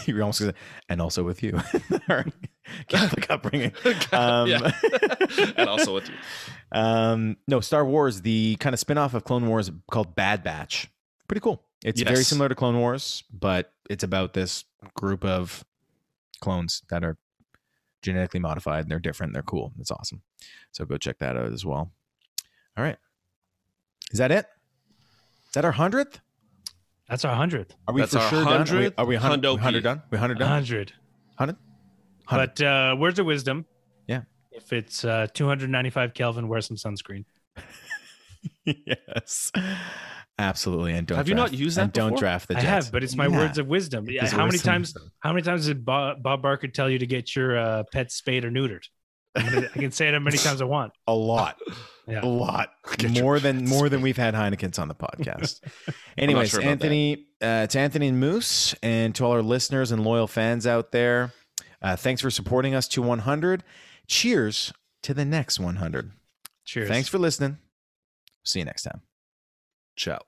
S1: You, were almost gonna say, and also with you. Our Catholic upbringing. Um,
S3: Yeah. and also with you.
S1: Um, no, Star Wars, the kind of spin-off of Clone Wars called Bad Batch. Pretty cool. It's very
S3: Yes.
S1: similar to Clone Wars, but it's about this group of clones that are genetically modified and they're different. They're cool. It's awesome. So go check that out as well. All right. Is that it? Is that our hundredth?
S2: That's our hundredth.
S1: Are we
S3: That's
S1: for
S3: our
S1: sure done? Are we,
S3: 100th
S1: are we
S3: Hundo P.
S1: hundred done? We hundred done?
S2: hundred.
S1: Hundred? Hundred.
S2: But uh, words of wisdom.
S1: Yeah.
S2: If it's uh, 295 Kelvin, wear some sunscreen.
S1: yes. Absolutely. And don't
S3: Have you not
S1: draft-
S3: used
S1: and
S3: that
S1: don't
S3: before?
S1: draft the
S2: I
S1: Jets.
S2: have, but it's my
S1: Yeah.
S2: words of wisdom. Yeah,
S1: These
S2: How
S1: were
S2: many
S1: some-
S2: times? How many times did Bob, Bob Barker tell you to get your uh, pet spayed or neutered? I'm gonna- I can say it how many times I want.
S1: a lot
S2: Yeah.
S1: a lot
S3: Get your
S1: more than
S3: pants.
S1: more than we've had Heineken's on the podcast anyways
S3: sure about
S1: anthony uh, it's anthony and moose and to all our listeners and loyal fans out there uh, thanks for supporting us to 100 cheers to the next 100
S2: Cheers.
S1: thanks for listening see you next time
S3: Ciao.